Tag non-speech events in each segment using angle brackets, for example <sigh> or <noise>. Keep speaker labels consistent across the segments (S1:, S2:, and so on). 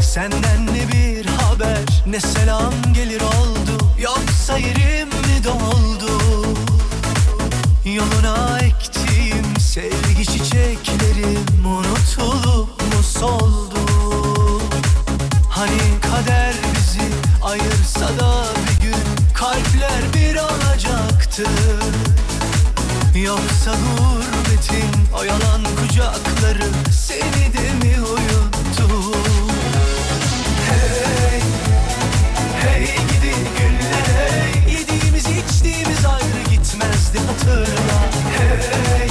S1: Senden ne bir haber ne selam gelir oldu Yoksa yerim mi doldu Yoluna ektiğim sevgi çiçeklerim Unutulup mu soldu Hani kader bizi ayırsa da bir gün Kalpler bir olacaktı Yoksa gurbetin o yalan kucakları Seni de mi uyuttu Hey, hey gidi günler hey Yediğimiz içtiğimiz ayrı gitmezdi hatırla Hey,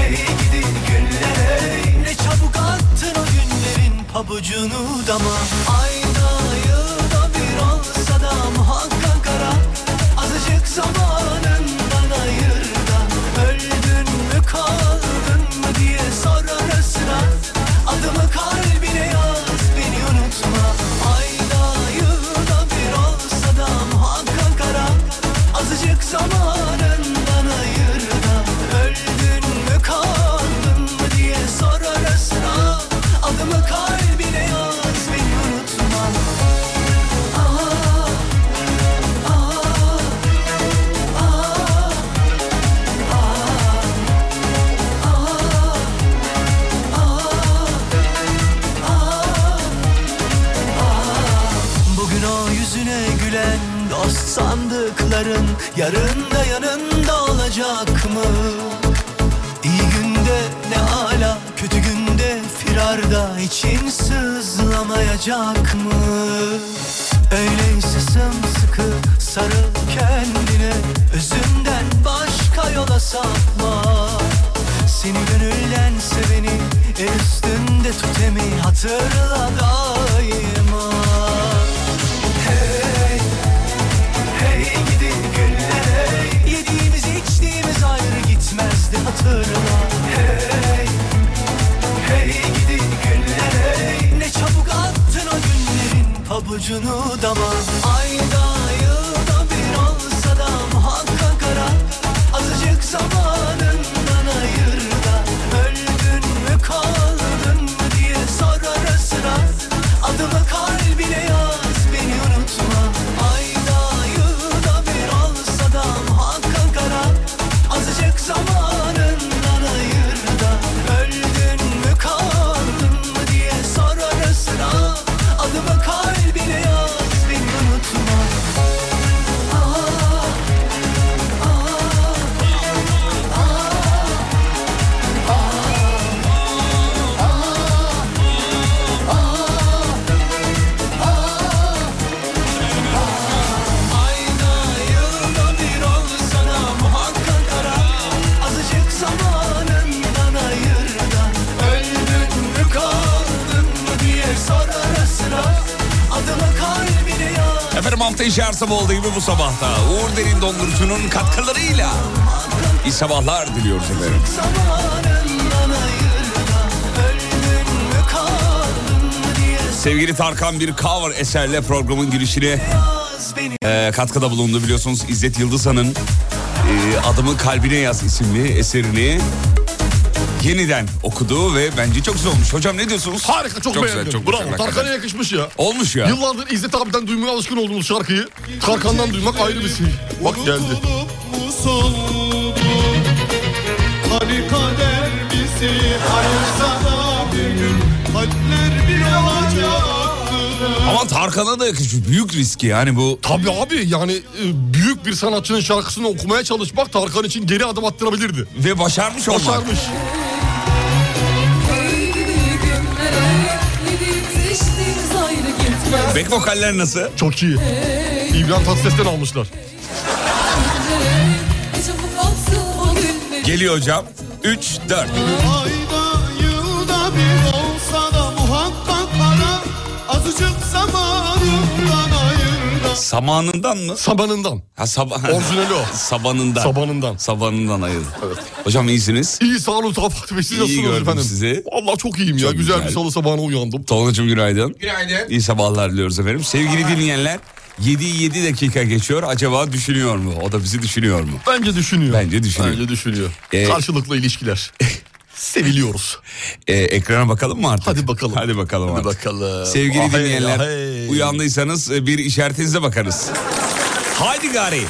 S1: hey gidi günler hey Ne çabuk attın o günlerin pabucunu dama Ayda yılda bir olsa da muhakkak ara Azıcık zamanından ayır da Öldün mü kaldın mı diye sor ara sıra Adımı kalbine yaz beni unutma Ayda yılda bir olsa da muhakkak ara Azıcık zamanından ayır da Öldün mü kaldın mı diye sor ara sıra Adımı kalbine yaz beni unutma Aa, aa, aa, aa, aa. Bugün o yüzüne gülen dost sandıkların Yarın da yanında olacak mı? İyi günde ne ala kötü günde firarda için sızlamayacak mı? Öyleyse sımsıkı sarıl kendine Özünden başka yola sapma seni gönülden seveni El üstünde tut emi hatırla daima Hey, hey gidi günler hey Yediğimiz içtiğimiz ayrı gitmezdi hatırla Hey, hey gidi günler hey Ne çabuk attın o günlerin pabucunu dama Ayda yılda bir olsa da muhakkak ara Azıcık zamanından ayır da Öldün mü kaldın mı diye sor ara sıra Adımı kalbine yaz beni unutma Ayda yılda bir olsa da muhakkak ara Azıcık zamanından ayır da Öldün mü kaldın mı diye sor ara sıra Adımı kalbine yaz beni unutma Aa, Ayda yılda bir olsa da muhakkak ara Azıcık zamanından ayır da Öldün mü kaldın mı diye sor ara sıra Adımı kalbine yaz
S2: Efendim hafta içi her sabah olduğu gibi bu sabahta Uğur Derin Dondurucu'nun katkılarıyla iyi sabahlar diliyoruz efendim.
S1: zamanından ayır da Öldün mü kaldın mı diye
S2: Sevgili Tarkan bir cover eserle programın girişine
S1: yaz beni
S2: e, katkıda bulundu biliyorsunuz İzzet Yıldızhan'ın e, Adımı Kalbine Yaz isimli eserini yeniden okudu ve bence çok güzel olmuş. Hocam ne diyorsunuz?
S3: Harika çok,
S2: Çok güzel,
S3: beğendim.
S2: çok güzel,
S3: Bravo.
S2: hakikaten.
S3: Tarkan'a yakışmış ya.
S2: Olmuş ya.
S3: Yıllardır İzzet abiden duymaya alışkın olduğumuz şarkıyı Tarkan'dan duymak ayrı bir şey. Bak geldi.
S4: Unutulup mu soldu? Hani kader bizi ayırsa da bir gün kalpler bir olacaktı.
S2: Ama Tarkan'a da yakışmış. Büyük riski yani bu.
S3: Tabii abi yani e, büyük bir sanatçının şarkısını okumaya çalışmak Tarkan için geri adım attırabilirdi.
S2: Ve başarmış olmak.
S3: Başarmış.
S2: Bek vokaller nasıl?
S3: Çok iyi. İbrahim Tatlıses'ten almışlar.
S2: Geliyor hocam. 3, 4.
S4: Ayda yılda bir olsa da muhakkak bana Azıcık zamanımdan ayır da
S2: Samanından mı?
S3: Sabanından.
S2: Ha, <laughs> sabah.
S3: Orijinali o.
S2: Sabanından.
S3: Sabanından.
S2: Sabanından ayırdı. Hocam iyisiniz.
S3: İyi sağ olun Safa Bey siz
S2: İyi
S3: nasılsınız
S2: gördüm
S3: efendim?
S2: sizi.
S3: Valla çok iyiyim ya
S2: Çok
S3: güzel,
S2: güzel.
S3: bir salı sabahına uyandım.
S2: Tolga'cığım günaydın.
S5: Günaydın.
S2: İyi sabahlar diliyoruz efendim. Sevgili dinleyenler 7 7 dakika geçiyor. Acaba düşünüyor mu? O da bizi düşünüyor mu?
S3: Bence düşünüyor.
S2: Bence düşünüyor.
S3: Bence düşünüyor.
S2: Ee,
S3: Karşılıklı
S2: <laughs>
S3: ilişkiler. Seviliyoruz.
S2: Ee, ekrana bakalım mı artık?
S3: Hadi bakalım.
S2: Hadi bakalım
S3: Hadi
S2: artık.
S3: bakalım.
S2: Sevgili
S3: Ahey,
S2: dinleyenler
S3: ahey.
S2: uyandıysanız e, bir işaretinize bakarız. Haydi gari.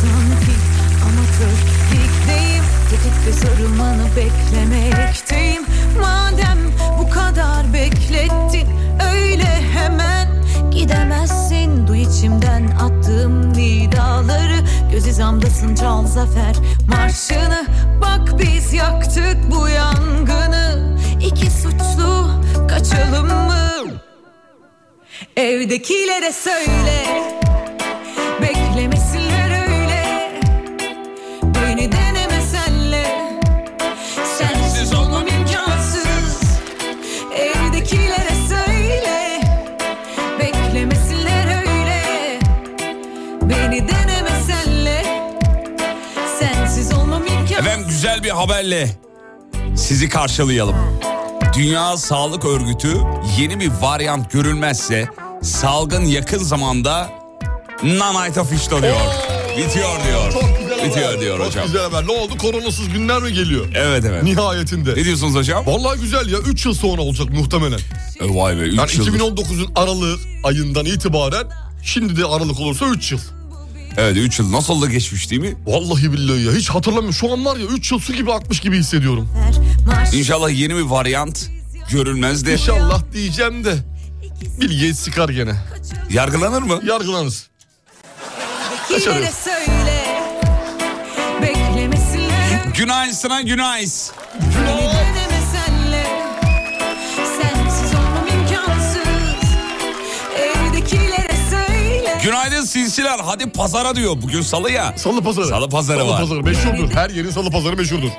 S6: Sanki amatör pikteyim Tutup da sarılmanı beklemekteyim Madem bu kadar beklettin Öyle hemen gidemezsin Duy içimden attığım nidaları Göz izamdasın çal zafer marşını Bak biz yaktık bu yangını İki suçlu kaçalım mı? Evdekilere söyle Beklemesinler öyle Beni deneme senle Sensiz olmam imkansız Evdekilere söyle Beklemesinler öyle Beni deneme senle Sensiz olmam imkansız
S2: Efendim güzel bir haberle sizi karşılayalım. Dünya Sağlık Örgütü yeni bir varyant görülmezse salgın yakın zamanda nanayta fişlanıyor. Bitiyor diyor.
S3: Çok güzel haber.
S2: Bitiyor diyor
S3: Çok
S2: hocam.
S3: güzel haber. Ne oldu? Koronasız günler mi geliyor?
S2: Evet evet.
S3: Nihayetinde.
S2: Ne diyorsunuz hocam?
S3: Vallahi güzel ya 3 yıl sonra olacak muhtemelen.
S2: E, vay be 3
S3: Yani
S2: yıldır.
S3: 2019'un Aralık ayından itibaren şimdi de Aralık olursa 3 yıl.
S2: Evet 3 yıl nasıl da geçmiş değil mi?
S3: Vallahi billahi ya hiç hatırlamıyorum. Şu an var ya 3 yıl su gibi akmış gibi hissediyorum.
S6: Marş-
S2: İnşallah yeni bir varyant görülmez de
S3: İnşallah diyeceğim de Bilgeyi sıkar gene.
S2: yargılanır mı?
S3: Yargılanız.
S6: Evdekilere söyle Beklemesinler
S2: Günaysına günays.
S6: Beni deneme senle Sensiz olmam imkansız Evdekilere söyle
S2: Günaydın silsiler. Hadi pazara diyor. Bugün salı ya.
S3: Salı pazarı.
S2: Salı pazarı var.
S3: Salı pazarı meşhurdur. Her yerin salı pazarı meşhurdur.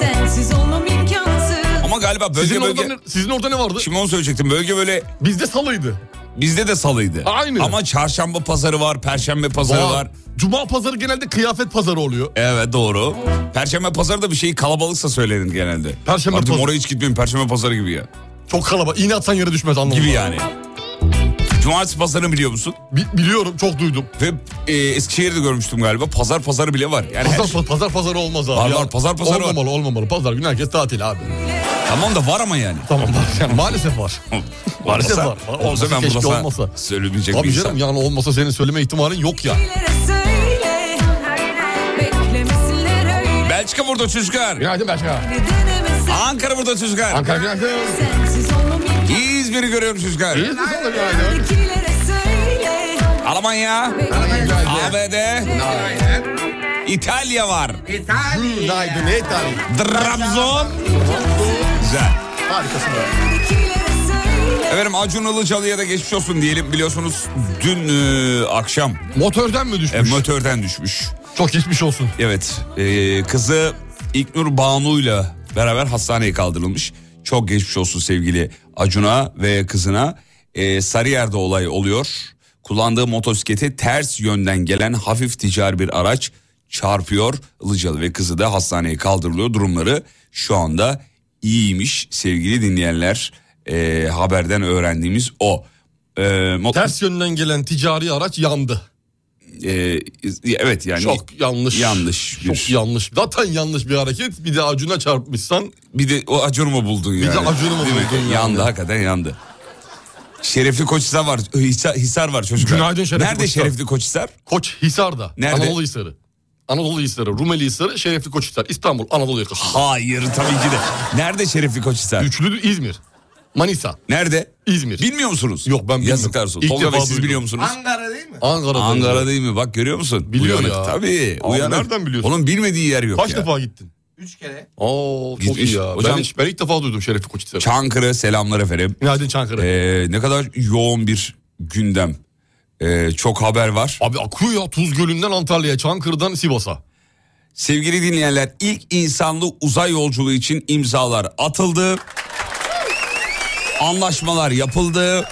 S6: Sensiz olmam imkansız
S2: Ama galiba bölge
S3: Sizin,
S2: bölge...
S3: orada, ne, sizin orada ne vardı?
S2: Şimdi onu söyleyecektim. Bölge böyle
S3: Bizde salıydı.
S2: bizde de salıydı.
S3: Aynı.
S2: Ama çarşamba pazarı var, perşembe pazarı
S3: Var.
S2: var.
S3: Cuma pazarı genelde kıyafet pazarı oluyor.
S2: Evet doğru. Perşembe pazarı da bir şeyi kalabalıksa söylenir genelde.
S3: Perşembe
S2: Artık
S3: pazarı.
S2: oraya hiç gitmeyin. Perşembe pazarı gibi ya.
S3: Çok kalabalık. İğne atsan yere düşmez anlamında.
S2: Gibi yani. Cumartesi pazarını biliyor musun?
S3: Bi- biliyorum çok duydum.
S2: Ve e, Eskişehir'de görmüştüm galiba. Pazar pazarı bile var. Yani her
S3: Pazar,
S2: şey-
S3: pa- pazar pazarı olmaz abi.
S2: Var,
S3: ya.
S2: var, pazar pazarı var.
S3: Olmamalı olmamalı. Pazar günü herkes tatil abi.
S2: Tamam da var ama yani.
S3: Tamam
S2: <laughs>
S3: var yani maalesef var. Maalesef var.
S2: Olsa
S3: Olmasa
S2: ben
S3: keşke
S2: burada sana
S3: olmasa.
S2: söylemeyecek bir
S3: Tabii
S2: insan.
S3: canım yani olmasa senin söyleme ihtimalin yok ya.
S6: Evdekilere söyle Beklemesinler öyle
S2: Belçika burada çocuklar.
S3: Günaydın Belçika.
S6: Beni deneme sen-
S2: Ankara burada çocuklar.
S3: Ankara günaydın.
S6: Sensiz olmam imkansız
S2: İzmir'i görüyorum çocuklar.
S3: İyi misin sen de günaydın?
S6: Evdekilere söyle
S2: Almanya,
S6: Beklemesinler
S2: ABD, İtalya var.
S5: İtalya.
S3: Günaydın ey tarih.
S2: Trabzon. Güzel.
S3: Harikasın.
S6: söyle
S2: Efendim Acun Ilıcalı'ya da geçmiş olsun diyelim. Biliyorsunuz dün e, akşam
S3: Motörden mi düşmüş?
S2: e, motörden düşmüş.
S3: Çok geçmiş olsun.
S2: Evet. e, kızı İknur Banu'yla beraber hastaneye kaldırılmış. Çok geçmiş olsun sevgili Acun'a ve kızına. E, Sarıyer'de olay oluyor. Kullandığı motosiklete ters yönden gelen hafif ticari bir araç çarpıyor. Ilıcalı ve kızı da hastaneye kaldırılıyor. Durumları şu anda iyiymiş sevgili dinleyenler. E, haberden öğrendiğimiz o. E, mot-
S3: Ters yönden gelen ticari araç yandı.
S2: E, evet yani
S3: Çok yanlış.
S2: yanlış bir-
S3: Çok yanlış. Zaten yanlış bir hareket. Bir de acuna çarpmışsan
S2: Bir de o acunu mu buldun yani?
S3: de acunu mu
S2: Değil mi?
S3: buldun yani?
S2: Yandı hakikaten yandı. Şerefli Koçhisar var. Hisar, Hisar var çocuklar.
S3: Günaydın Şerefli
S2: Nerede
S3: Koçhisar.
S2: Şerefli Koçhisar?
S3: Koç Hisar'da.
S2: Nerede?
S3: Anadolu Hisarı. Anadolu Hisarı, Rumeli Hisarı, Şerefli Koç Hisarı. İstanbul, Anadolu yakası.
S2: Hayır tabii ki de. Nerede Şerefli Koçhisar?
S3: Üçlü İzmir. Manisa,
S2: Nerede?
S3: İzmir.
S2: Bilmiyor musunuz?
S3: Yok, ben bilmiyorum.
S2: Yazıklar olsun.
S3: İlk
S2: Tolga
S3: defa
S2: Bey siz
S3: duydum.
S2: biliyor musunuz?
S5: Ankara değil mi?
S3: Ankara'da.
S2: Ankara değil mi? Bak görüyor musun?
S3: Biliyor
S2: Uyanık.
S3: ya.
S2: Tabii.
S3: Abi
S2: uyanık.
S3: nereden biliyorsun?
S2: Onun bilmediği yer yok
S3: Kaç
S2: ya.
S3: defa gittin?
S5: Üç kere.
S3: <laughs> Oo çok
S2: Gitmiş.
S3: iyi ya.
S2: Hocam-
S3: ben, hiç, ben ilk defa duydum Şerefli Koç Hisarı.
S2: Çankırı selamlar efendim.
S3: Günaydın Çankırı.
S2: Ee, ne kadar yoğun bir gündem. Ee, çok haber var.
S3: Abi akıyor ya Tuz Gölü'nden Antalya'ya, Çankırı'dan Sivas'a.
S2: Sevgili dinleyenler ilk insanlı uzay yolculuğu için imzalar atıldı. Anlaşmalar yapıldı.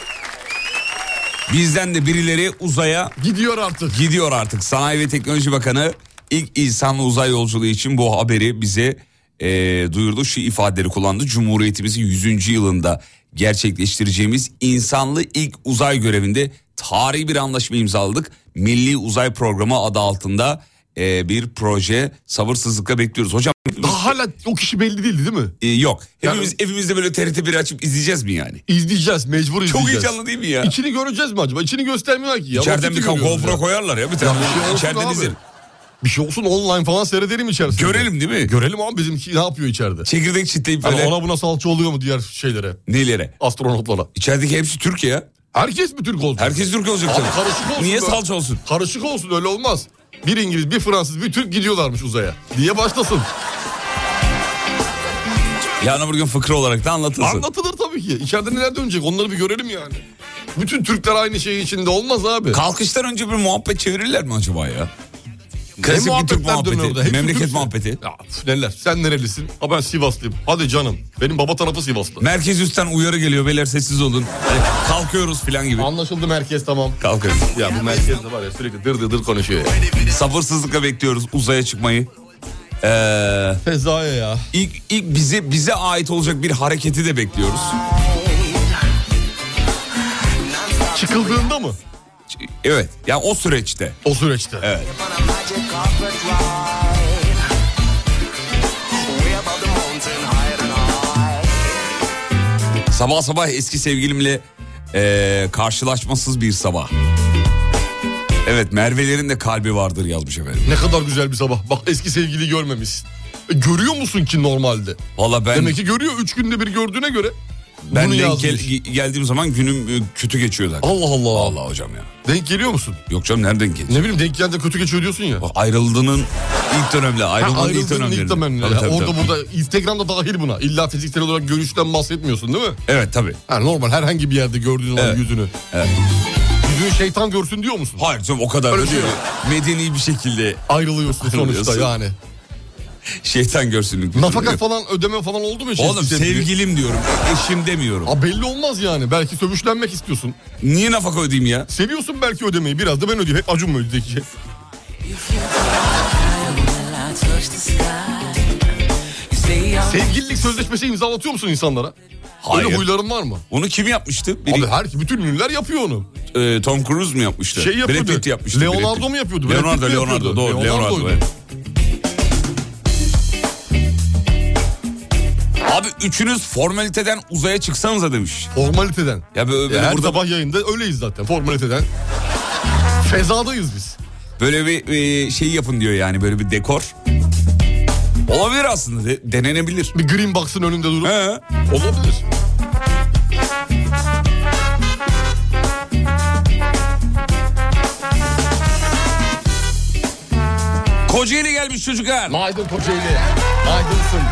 S2: Bizden de birileri uzaya
S3: Gidiyor artık.
S2: gidiyor artık. Sanayi ve Teknoloji Bakanı ilk insanlı uzay yolculuğu için bu haberi bize e, duyurdu. Şu ifadeleri kullandı. Cumhuriyetimizin 100. yılında gerçekleştireceğimiz insanlı ilk uzay görevinde tarihi bir anlaşma imzaladık. Milli Uzay Programı adı altında e, bir proje sabırsızlıkla bekliyoruz. Hocam
S3: Daha hala o kişi belli değildi değil mi?
S2: e, yok. Hepimiz
S3: Yani-
S2: evimizde böyle TRT bir açıp izleyeceğiz mi yani?
S3: İzleyeceğiz mecbur
S2: Çok
S3: izleyeceğiz.
S2: heyecanlı değil mi ya?
S3: İçini göreceğiz mi acaba? İçini göstermiyorlar ki. Ya.
S2: İçeriden
S3: Vakitli
S2: bir
S3: görüyoruz
S2: GoPro
S3: ya.
S2: koyarlar ya bir tane.
S3: bir şey olsun
S2: İçeriden
S3: abi.
S2: izlerim.
S3: Bir şey olsun online falan seyredelim içerisinde.
S2: Görelim değil mi?
S3: Görelim abi bizimki ne yapıyor içeride.
S2: Çekirdek çitleyip
S3: Yani
S2: böyle
S3: ona buna salça oluyor mu diğer şeylere?
S2: neylere?
S3: Astronotlara.
S2: İçerideki hepsi Türk ya.
S3: Herkes mi Türk olsun?
S2: Herkes Türk olacak
S3: Abi
S2: tabii.
S3: karışık olsun
S2: Niye
S3: be.
S2: salça olsun?
S3: Karışık olsun öyle olmaz. Bir İngiliz, bir Fransız, bir Türk gidiyorlarmış uzaya. Diye başlasın.
S2: Yarın öbür gün fıkra olarak da anlatılsın.
S3: Anlatılır tabii ki. İçeride neler dönecek onları bir görelim yani. Bütün Türkler aynı şey içinde olmaz abi.
S2: Kalkıştan önce bir muhabbet çevirirler mi acaba ya?
S3: Ne
S2: Klasik bir Türk
S3: muhabbetler dönüyor orada?
S2: muhabbeti.
S3: Hepsi
S2: Memleket
S3: Türkçe.
S2: muhabbeti.
S3: Ya, üf, neler? Sen nerelisin? Ha ben Sivaslıyım. Hadi canım. Benim baba tarafı Sivaslı.
S2: Merkez üstten uyarı geliyor. Beyler sessiz olun. Hani kalkıyoruz falan gibi.
S3: Anlaşıldı merkez tamam.
S2: Kalkın.
S3: Ya bu merkez de var ya sürekli dır dır dır konuşuyor ya.
S2: Sabırsızlıkla bekliyoruz uzaya çıkmayı. Ee,
S3: Fezaya ya.
S2: ilk, ilk bize bize ait olacak bir hareketi de bekliyoruz.
S3: Çıkıldığında mı?
S2: Ç- Evet. Yani o süreçte.
S3: O süreçte.
S2: Evet. Sabah sabah eski sevgilimle eee, karşılaşmasız bir sabah. Evet Merve'lerin de kalbi vardır yazmış efendim.
S3: Ne kadar güzel bir sabah. Bak eski sevgili görmemişsin. E, görüyor musun ki normalde?
S2: Valla ben
S3: Demek ki görüyor. Üç günde bir gördüğüne göre
S2: ben
S3: bunu
S2: denk
S3: yazmış.
S2: gel- ge- geldiğim zaman günüm e, kötü geçiyordu.
S3: Allah Allah.
S2: Allah hocam ya.
S3: Denk geliyor musun?
S2: Yok canım nereden geliyor?
S3: Ne bileyim denk geldi kötü geçiyor diyorsun ya.
S2: Bak, Ayrıldığının ilk dönemle ayrılmanın ilk
S3: Ayrıldığın
S2: dönemlerinde.
S3: ilk dönemleri.
S2: Tabii, tabii,
S3: Orada
S2: tabii.
S3: burada Instagram'da dahil buna. İlla fiziksel olarak görüşten bahsetmiyorsun değil mi?
S2: Evet tabii.
S3: Ha, normal herhangi bir yerde gördüğün zaman
S2: Evet.
S3: yüzünü.
S2: Evet.
S3: Yüzünü şeytan görsün diyor musun?
S2: Hayır canım o kadar
S3: Öyle şey
S2: da değil.
S3: değil
S2: Medeni bir şekilde
S3: Ayrılıyorsun sonuçta
S2: Ayrılıyorsun.
S3: yani.
S2: şeytan görsünlük.
S3: Nafaka falan ödeme falan oldu mu? hiç
S2: Oğlum
S3: eski sevgili?
S2: sevgilim diyorum. Eşim demiyorum.
S3: Aa, belli olmaz yani. Belki sövüşlenmek istiyorsun.
S2: Niye nafaka ödeyeyim ya?
S3: Seviyorsun belki ödemeyi. Biraz da ben ödeyeyim. Hep acım mı ödeyecek? Sevgililik sözleşmesi imzalatıyor musun insanlara?
S2: Hayır.
S3: Öyle huyların var mı?
S2: Onu kim yapmıştı? Biri,
S3: Abi her bütün ünlüler yapıyor onu.
S2: e, Tom Cruise mu yapmıştı?
S3: Şey yapıyordu.
S2: Brad Pitt yapmıştı. Brad Pitt.
S3: Leonardo mu yapıyordu? Brad Pitt
S2: Leonardo,
S3: mi
S2: Leonardo.
S3: yapıyordu?
S2: Doğru, Leonardo.
S3: Leonardo'ydu.
S2: evet. Abi üçünüz formaliteden uzaya çıksanıza demiş.
S3: Formaliteden.
S2: Ya böyle,
S3: Ya
S2: böyle
S3: E, her
S2: burada
S3: sabah yayında öyleyiz zaten formaliteden. Fezadayız biz.
S2: böyle bir e, şey yapın diyor yani böyle bir dekor. Olabilir aslında de- denenebilir.
S3: Bir green box'ın önünde durup.
S2: He.
S3: Olabilir.
S2: Kocaeli gelmiş çocuklar.
S3: Maydun Kocaeli. Maydunsın.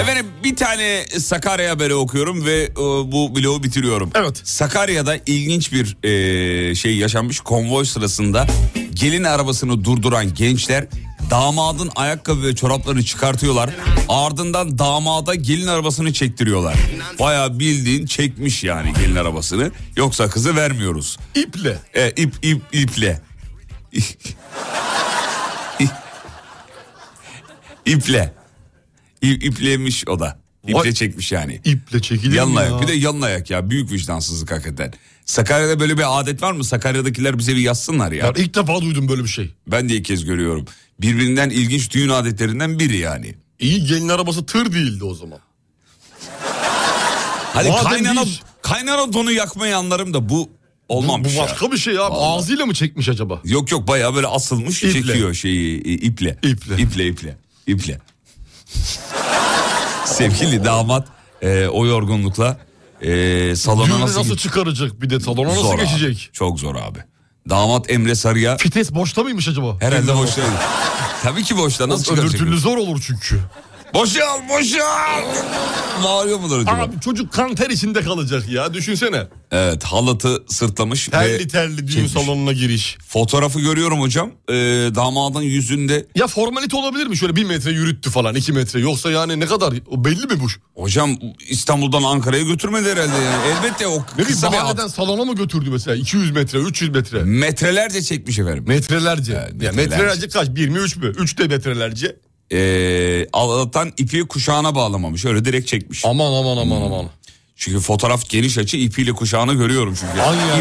S2: Efendim bir tane Sakarya haberi okuyorum ve e, bu bloğu bitiriyorum.
S3: Evet.
S2: Sakarya'da ilginç bir e, şey yaşanmış. Konvoy sırasında gelin arabasını durduran gençler damadın ayakkabı ve çoraplarını çıkartıyorlar. Ardından damada gelin arabasını çektiriyorlar. Baya bildiğin çekmiş yani gelin arabasını. Yoksa kızı vermiyoruz.
S3: İple.
S2: E, ip ip iple. <laughs> iple. İp, iplemiş o da. İple
S3: Vay.
S2: çekmiş yani.
S3: İple çekilir
S2: Yalın
S3: mi
S2: ayak. Bir de yalın ayak ya. Büyük vicdansızlık hakikaten. Sakarya'da böyle bir adet var mı? Sakarya'dakiler bize bir yazsınlar ya.
S3: Ya ilk defa duydum böyle bir şey.
S2: Ben de ilk kez görüyorum. Birbirinden ilginç düğün adetlerinden biri yani.
S3: İyi gelin arabası tır değildi o zaman.
S2: Hadi
S3: Madem
S2: Hani kaynana,
S3: bir-
S2: kaynana donu yakmayı anlarım da bu olmamış
S3: Bu
S2: ya.
S3: başka bir şey abi.
S2: Vallahi.
S3: Ağzıyla mı çekmiş acaba?
S2: Yok yok bayağı böyle asılmış
S3: İple.
S2: çekiyor şeyi i- iple.
S3: İple.
S2: İple iple. İple. Sevgili damat e, o yorgunlukla e, salona
S3: Düğünü
S2: nasıl,
S3: nasıl,
S2: git-
S3: çıkaracak bir de salona nasıl
S2: Zor abi,
S3: geçecek?
S2: Çok zor abi. Damat Emre Sarı'ya
S3: Fites boşta mıymış acaba?
S2: herhalde boşta. Tabii ki boşta. Nasıl çıkaracak?
S3: Öbür türlü zor olur çünkü.
S2: Boşal boşal. Bağırıyor mudur acaba?
S3: Abi çocuk kan ter içinde kalacak ya düşünsene.
S2: Evet halatı sırtlamış ve
S3: Terli terli düğün
S2: çekmiş.
S3: salonuna giriş.
S2: Fotoğrafı görüyorum hocam. Ee, damadın yüzünde.
S3: Ya formalite olabilir mi? Şöyle bir metre yürüttü falan iki metre. Yoksa yani ne kadar o belli mi bu?
S2: Hocam İstanbul'dan Ankara'ya götürmedi herhalde. Yani. Elbette o
S3: Ne bileyim
S2: kısa bir
S3: bahaneden
S2: hat.
S3: salona mı götürdü mesela 200 metre 300 metre.
S2: Metrelerce çekmiş efendim.
S3: Metrelerce.
S2: Ya,
S3: Ya,
S2: metrelerce.
S3: metrelerce kaç? 1 mi 3 mü? 3 de metrelerce.
S2: Ee, Allah'tan ipi kuşağına bağlamamış. Öyle direkt çekmiş. Hmm.
S3: Aman aman aman aman.
S2: Çünkü fotoğraf geniş açı ipiyle kuşağını görüyorum çünkü.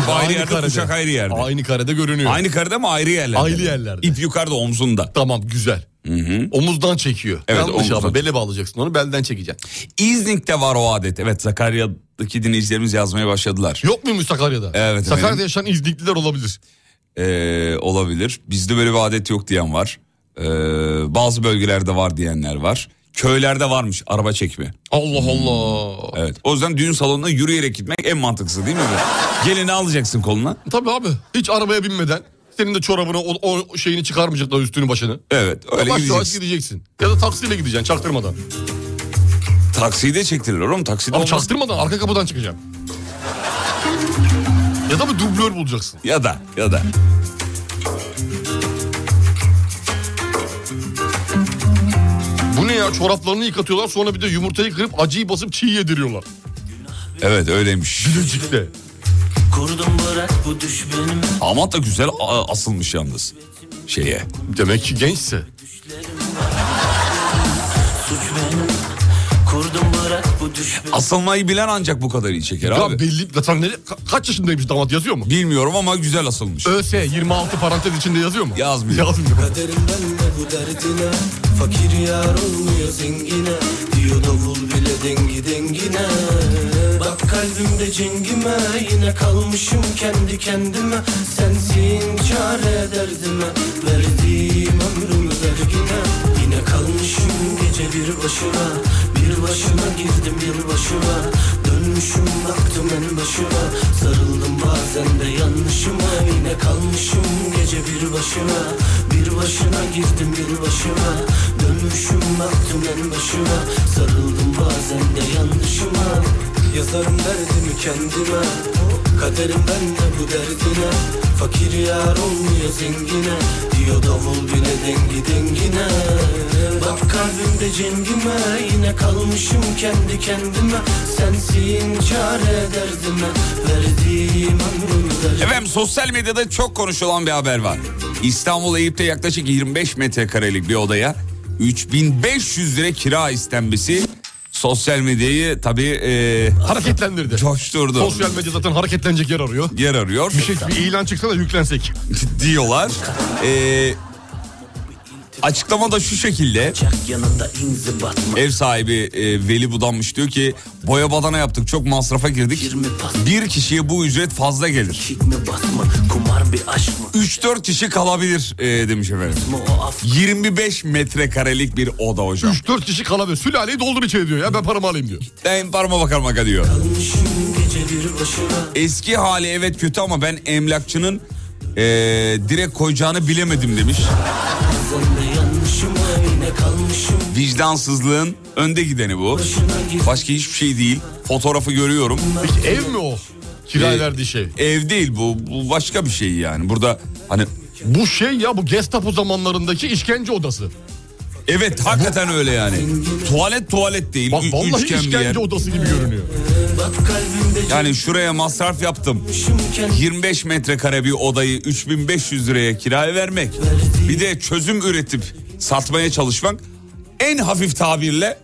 S2: İp ayrı yerde kuşak ayrı yerde. Aynı,
S3: Aynı karede görünüyor.
S2: karede mi ayrı yerlerde?
S3: Ayrı yerlerde.
S2: İp yukarıda omzunda.
S3: Tamam güzel. Omuzdan çekiyor.
S2: Evet,
S3: Yanlış
S2: omuzdan.
S3: abi. Bele bağlayacaksın onu belden çekeceksin.
S2: İznik'te var o adet. Evet Sakarya'daki dinleyicilerimiz yazmaya başladılar.
S3: Yok muymuş Sakarya'da?
S2: Evet
S3: Sakarya'da
S2: efendim.
S3: yaşayan İznikliler olabilir.
S2: Ee, olabilir. Bizde böyle bir adet yok diyen var. Ee, bazı bölgelerde var diyenler var. Köylerde varmış araba çekme.
S3: Allah Allah.
S2: Evet. O yüzden düğün salonuna yürüyerek gitmek en mantıklısı değil mi? Gelini alacaksın koluna.
S3: Tabii abi. Hiç arabaya binmeden senin de çorabını o, o şeyini çıkarmayacaklar üstünü başını.
S2: Evet
S3: Yavaş
S2: öyle
S3: yavaş
S2: gideceksin.
S3: gideceksin. Ya da taksiyle gideceksin çaktırmadan.
S2: Taksiyi de çektirirler oğlum. Takside
S3: Ama
S2: olmaz.
S3: çaktırmadan arka kapıdan çıkacaksın. ya da bir dublör bulacaksın.
S2: Ya da ya da.
S3: Bu ne ya çoraplarını yıkatıyorlar sonra bir de yumurtayı kırıp acıyı basıp çiğ yediriyorlar.
S2: Evet öyleymiş.
S3: Bilecik'te.
S7: Kurdum bırak bu düş benim
S2: Damat da güzel a- asılmış yalnız. Şeye.
S3: Demek ki gençse.
S7: suç benim Kurdum bırak bu düş benim
S2: Asılmayı bilen ancak bu kadar iyi çeker abi.
S3: Ya belli zaten ne, ka- kaç yaşındaymış damat yazıyor mu?
S2: Bilmiyorum ama güzel asılmış.
S3: ÖS 26 parantez içinde yazıyor mu?
S2: Yazmıyor.
S3: Yazmıyor.
S7: Kaderimden de bu derdine Fakir yar olmuyor zengine Diyor davul bile dengi dengine Bak kalbimde cengime Yine kalmışım kendi kendime Sensin çare derdime Verdiğim ömrümü vergine Yine kalmışım gece bir başıma Bir başına girdim bir başıma Dönmüşüm baktım en başıma Sarıldım bazen de yanlışıma Yine kalmışım gece bir başıma Bir başına girdim bir başıma Dönmüşüm baktım en başıma Sarıldım bazen de yanlışıma Yazarım derdimi kendime Kaderimden de bu derdine Fakir yar olmuyor zengine Diyor davul bile dengi dengine Bak kalbimde cengime Yine kalmışım kendi kendime Sensin çare derdime Verdiğim ömrümü derdime
S2: Efendim sosyal medyada çok konuşulan bir haber var. İstanbul Eyüp'te yaklaşık 25 metrekarelik bir odaya 3500 lira kira istenmesi sosyal medyayı tabii e,
S3: Hareketlendirdi.
S2: coşturdu.
S3: Sosyal medya zaten hareketlenecek yer arıyor.
S2: Yer arıyor
S3: Bir şey bir ilan çıksa da yüklensek.
S2: diyorlar. E, açıklama da şu şekilde.
S7: Çak yanında inzibat mı?
S2: Ev sahibi e, Veli Budanmış diyor ki boya badana yaptık çok masrafa girdik.
S7: 20 pas
S2: Bir kişiye bu ücret fazla gelir.
S7: Kik mi bas mı? Kumar bir aşk mı?
S2: 3-4 kişi kalabilir e, demiş efendim.
S7: Mı o af
S2: 25 metrekarelik bir oda hocam.
S3: 3-4 kişi kalabilir. Sülaleyi doldur içeri diyor ya ben paramı alayım diyor.
S2: Ben parma bakar maka diyor.
S7: kalmışım gece bir başına
S2: Eski hali evet kötü ama ben emlakçının eee, direkt koyacağını bilemedim demiş.
S7: Sen de yanlışıma yine kalmışım
S2: Vicdansızlığın önde gideni bu. Başka hiçbir şey değil. Fotoğrafı görüyorum.
S3: Peki ev mi o? Kiraya
S2: Ee,
S3: verdiği şey.
S2: Ev değil bu. Bu başka bir şey yani. Burada hani
S3: Bu şey ya bu Gestapo zamanlarındaki işkence odası.
S2: evet hakikaten öyle yani. Tuvalet tuvalet değil.
S3: Bak
S2: Ü-
S3: vallahi
S2: üçgen bir
S3: işkence
S2: yer.
S3: odası gibi görünüyor.
S7: Bak kalbimde
S2: Yani şuraya masraf yaptım.
S7: çimken
S2: 25 metrekare bir odayı 3500 liraya kiraya vermek. Bir de çözüm üretip satmaya çalışmak en hafif tabirle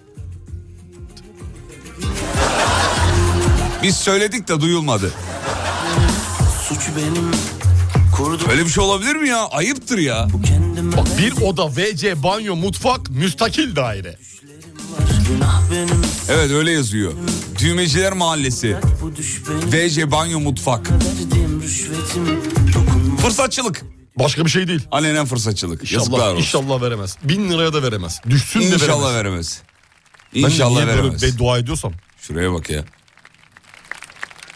S2: Biz söyledik de duyulmadı.
S7: Suç benim Kurdum
S2: Böyle bir şey olabilir mi ya? Ayıptır ya.
S7: kendime
S3: Bak bir oda, WC, banyo, mutfak, müstakil daire.
S7: Günah benim
S2: Evet öyle yazıyor. Düğmeciler Mahallesi.
S7: Bu düş benim
S2: VC banyo mutfak.
S7: Verdiğim rüşvetim Dokunma
S2: Fırsatçılık.
S3: Başka bir şey değil.
S2: Alenen fırsatçılık. Yazıklar
S3: İnşallah,
S2: olsun.
S3: inşallah veremez. Bin liraya da veremez. Düşsün de veremez.
S2: İnşallah veremez.
S3: Ben
S2: İnşallah
S3: niye böyle
S2: veremez.
S3: beddua ediyorsam.
S2: Şuraya bak ya.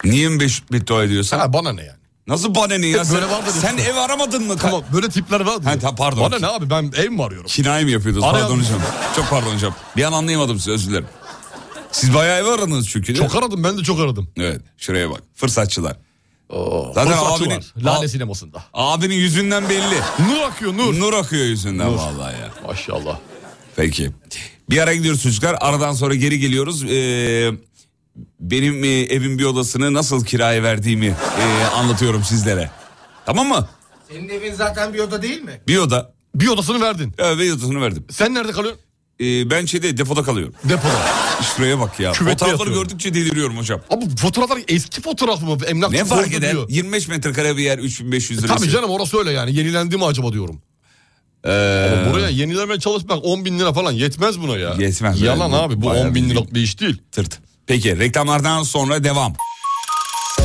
S2: Niye mi beş- beddua ediyorsun?
S3: Ha, bana ne yani?
S2: Nasıl bana ne ya?
S3: Hep
S2: Sen,
S3: böyle vardı diyorsun.
S2: sen ev aramadın mı?
S3: Tamam böyle tipler var diyor.
S2: Ha, ta- pardon.
S3: Bana ne abi ben ev mi arıyorum?
S2: Kinayi mi yapıyordunuz?
S3: Arayalım.
S2: Pardon hocam. Çok pardon hocam. Bir an anlayamadım sizi özür dilerim. Siz bayağı ev aradınız çünkü değil mi?
S3: Çok aradım ben de çok aradım.
S2: Evet şuraya bak. Fırsatçılar.
S3: Oo,
S2: Zaten
S3: fırsatçı
S2: abinin-
S3: var, Lale
S2: Al-
S3: sinemasında.
S2: Abinin yüzünden belli.
S3: Nur akıyor nur.
S2: Nur akıyor yüzünden vallahi ya.
S3: Maşallah.
S2: Peki. Bir ara gidiyoruz çocuklar. Aradan sonra geri geliyoruz. Ee, benim e, evin bir odasını nasıl kiraya verdiğimi e, anlatıyorum sizlere. Tamam mı?
S5: Senin evin zaten bir oda değil mi?
S2: Bir oda.
S3: Bir odasını verdin.
S2: Evet, bir odasını verdim.
S3: Sen nerede kalıyorsun?
S2: Ee, ben şeyde depoda kalıyorum.
S3: Depoda.
S2: Şuraya bak ya.
S3: Küvette
S2: Fotoğrafları
S3: yatıyorum.
S2: gördükçe deliriyorum hocam.
S3: Abi fotoğraflar eski fotoğraf mı? Emlakçı
S2: Ne fark
S3: sordu
S2: eder?
S3: diyor. E,
S2: 25 metrekare bir yer 3500 lirası.
S3: Tabii canım orası öyle yani. Yenilendi mi acaba diyorum.
S2: Ee,
S3: Ama buraya yenilemeye çalışmak 10 bin lira falan yetmez buna ya.
S2: Yetmez.
S3: Yalan
S2: Yani bu
S3: abi bu
S2: bayağı
S3: 10 bin
S2: bir-
S3: liralık bir iş değil.
S2: Tırt. Peki reklamlardan sonra devam.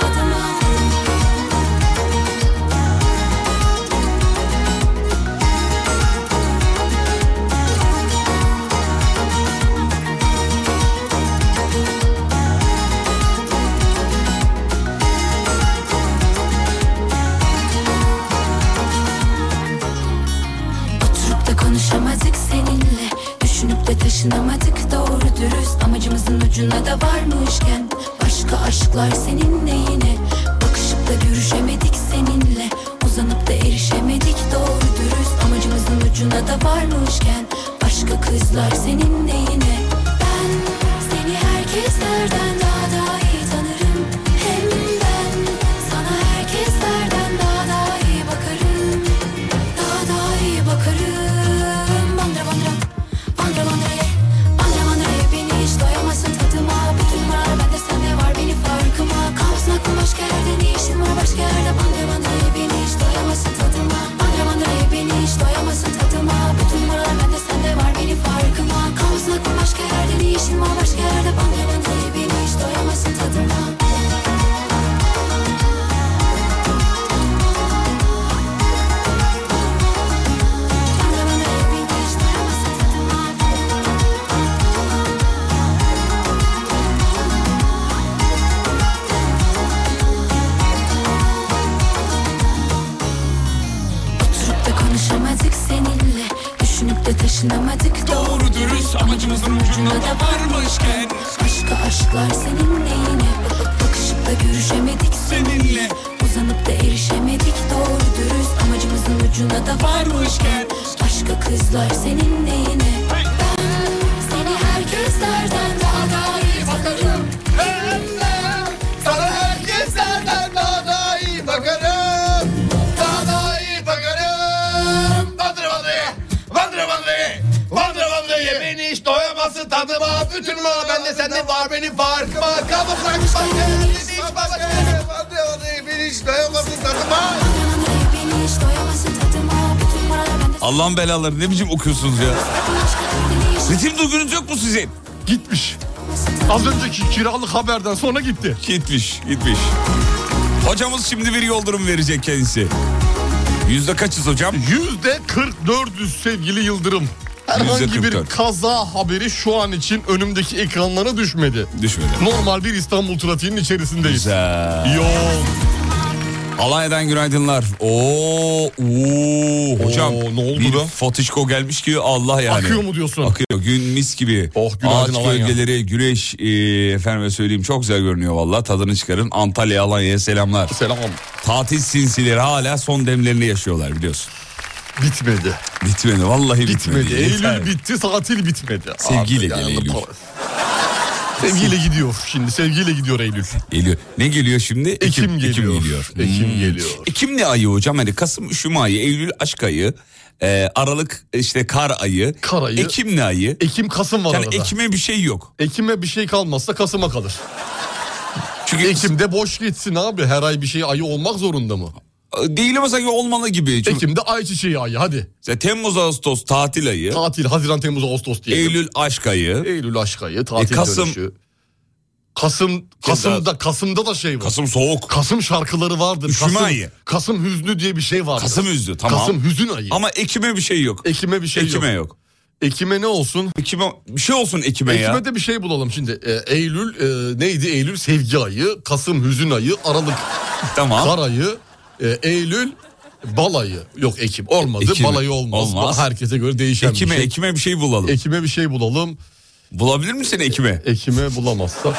S8: tadıma Oturup da konuşamadık seninle Düşünüp de taşınamadık doğru dürüst Amacımızın ucuna da varmışken Başka aşklar seninle yine Bakışıp da görüşemedik seninle Uzanıp da erişemedik doğru dürüst Amacımızın ucuna da varmışken Başka kızlar seninle yine Ben seni herkeslerden daha daha iyi tanırım Hem ben sana herkeslerden daha daha iyi bakarım daha daha iyi bakarım Bandıra bandıra Bandıra bandıra ye Bandıra bandıra ye Beni hiç doyamazsın tadıma Bütün numaralar bende sende var beni farkıma Kalmasın aklım başka yerde Ne işin var başka yerde Bandıra bandıra ye Beni hiç doyamazsın tadıma Bandıra bandıra ye Beni hiç doyamazsın tadıma Bütün numaralar bende sende var beni farkıma Kalmasın aklım başka yerde Ne işin var başka yerde Bandıra bandıra ye Beni hiç doyamazsın tadıma Bandıra bandıra ye Beni hiç doyamazsın tadıma Oturup da konuşamadık seninle Düşünüp de taşınamadık Doğru dürüst amacımızın ucunda da varmışken Başka aşklar seninle yine Bakışıp da görüşemedik seninle Uzanıp da erişemedik doğru dürüst Amacımızın ucunda da varmışken Başka kızlar seninle yine Ben seni herkeslerden daha daha iyi bakarım
S1: Hem ben sana herkesten daha daha iyi bakarım. Daha daha iyi bakarım. Bandıra bandıraya, bandıra bandıraya, bandıra bandıraya. Beni hiç doyamazsın tadıma. Bütün var bende sende var benim farkıma. Kalmasak başka hiç başka. Bandıra bandıraya beni hiç doyamazsın tadıma.
S8: Beni hiç doyamazsın tadıma Bütün paralar bende
S2: Allah'ın belaları ne biçim okuyorsunuz ya? Ritim duygunuz yok mu sizin?
S3: Gitmiş. Az önceki kiralık haberden sonra gitti.
S2: Gitmiş, gitmiş. Hocamız şimdi bir yol durum verecek kendisi. Yüzde kaçız hocam?
S3: Yüzde 44'ü sevgili Yıldırım. Herhangi bir
S2: %44.
S3: kaza haberi şu an için önümdeki ekranlara düşmedi.
S2: Düşmedi.
S3: Normal bir İstanbul trafiğinin içerisindeyiz.
S2: Güzel.
S3: Yoğun.
S2: Alanya'dan günaydınlar. Oo, oo. Hocam
S3: Oo, ne oldu
S2: bir
S3: be?
S2: Fatişko gelmiş ki Allah yani.
S3: Akıyor mu diyorsun?
S2: Akıyor. Gün mis gibi.
S3: Oh, günaydın
S2: Ağaç
S3: Alanya.
S2: gölgeleri, güneş, e, efendime söyleyeyim çok güzel görünüyor valla. Tadını çıkarın. Antalya, Alanya'ya selamlar.
S3: Selam.
S2: Tatil sinsileri hala son demlerini yaşıyorlar biliyorsun.
S3: Bitmedi.
S2: Bitmedi vallahi bitmedi.
S3: Bitmedi.
S2: Yeter.
S3: Eylül bitti, tatil bitmedi.
S2: Sevgiyle
S3: Abi,
S2: gel
S3: yani
S2: Eylül.
S3: pa- Sevgiyle gidiyor şimdi. Sevgiyle gidiyor Eylül.
S2: Geliyor. Ne geliyor şimdi?
S3: Ekim geliyor.
S2: Ekim geliyor.
S3: Ekim
S2: Hmm.
S3: geliyor.
S2: Ekim ne ayı hocam? Hani Kasım üşüme ayı, Eylül aşk ayı, e, Aralık işte kar ayı.
S3: Kar ayı.
S2: Ekim ne ayı?
S3: Ekim Kasım var
S2: yani
S3: arada.
S2: Ekim'e bir şey yok.
S3: Ekim'e bir şey kalmazsa Kasım'a kalır.
S2: Çünkü
S3: Ekim'de boş geçsin abi. Her ay bir şey ayı olmak zorunda mı?
S2: Değil ama sanki olmalı gibi. Çünkü...
S3: Ekim'de ayçiçeği ayı hadi.
S2: Temmuz, Ağustos tatil ayı.
S3: Tatil Haziran, Temmuz, Ağustos diye.
S2: Eylül aşk ayı.
S3: Eylül aşk ayı, tatil
S2: E, Kasım-
S3: dönüşü. Kasım, Kasım'da, Kasım'da da şey var.
S2: Kasım soğuk.
S3: Kasım şarkıları vardır.
S2: Üşüme
S3: Kasım,
S2: ayı.
S3: Kasım hüznü diye bir şey vardır.
S2: Kasım hüznü, tamam.
S3: Kasım hüzün ayı.
S2: Ama Ekim'e bir şey yok.
S3: Ekim'e bir şey
S2: Ekim'e
S3: yok.
S2: yok.
S3: Ekim'e ne olsun?
S2: Ekim'e bir şey olsun Ekim'e ya.
S3: Ekim'e de bir şey bulalım şimdi. E, Eylül e, neydi? Eylül sevgi ayı, Kasım hüzün ayı, Aralık
S2: <laughs> Tamam.
S3: kar ayı, e, Eylül bal ayı. Yok Ekim olmadı.
S2: Ekim.
S3: Bal ayı olmaz.
S2: Olmaz.
S3: Herkese göre değişen
S2: Ekim'e
S3: bir şey.
S2: Ekim'e bir şey bulalım.
S3: Ekim'e bir şey bulalım.
S2: Bulabilir misin Ekim'e?
S3: Ekim'e bulamazsak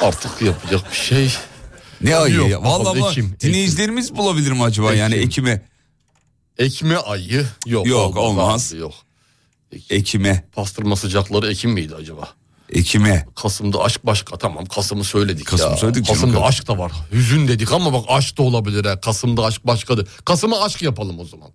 S3: artık yapacak bir şey.
S2: Ne ayı
S3: Yok,
S2: ya? Vallahi
S3: bakalım,
S2: bak,
S3: Ekim,
S2: dinleyicilerimiz bulabilir mi acaba yani
S3: Ekim.
S2: Ekim'e?
S3: Ekme ayı yok.
S2: Yok, olmaz.
S3: Yok.
S2: Ekim'e.
S3: Pastırma sıcakları Ekim miydi acaba?
S2: Ekim'e.
S3: Kasım'da aşk başka tamam Kasım'ı söyledik
S2: Kasım'ı
S3: ya.
S2: söyledik canım,
S3: Kasım'da
S2: Kasım.
S3: aşk da var. Hüzün dedik ama bak aşk da olabilir ha. Kasım'da aşk başkadır. Kasım'a aşk yapalım o zaman.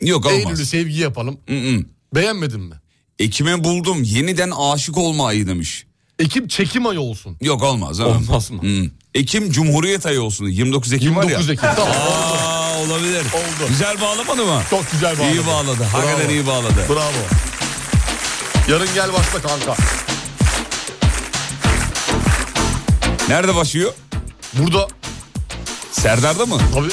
S2: Yok
S3: Eylül'ü
S2: olmaz.
S3: sevgi yapalım.
S2: Hı-hı.
S3: Beğenmedin mi?
S2: Ekim'e buldum. Yeniden aşık olma ayı demiş.
S3: Ekim çekim ayı olsun.
S2: Yok olmaz. Olmaz.
S3: Olmaz mı?
S2: Hı. Ekim Cumhuriyet ayı olsun. 29 Ekim var ya.
S3: 29 Ekim. Tamam.
S2: <laughs> Aa, olabilir.
S3: Oldu.
S2: Güzel bağlamadı mı?
S3: Çok güzel bağladı.
S2: İyi bağladı. Hakikaten
S3: Bravo.
S2: iyi bağladı.
S3: Bravo. Yarın gel başla kanka.
S2: Nerede başlıyor?
S3: Burada
S2: Serdar'da mı?
S3: tabii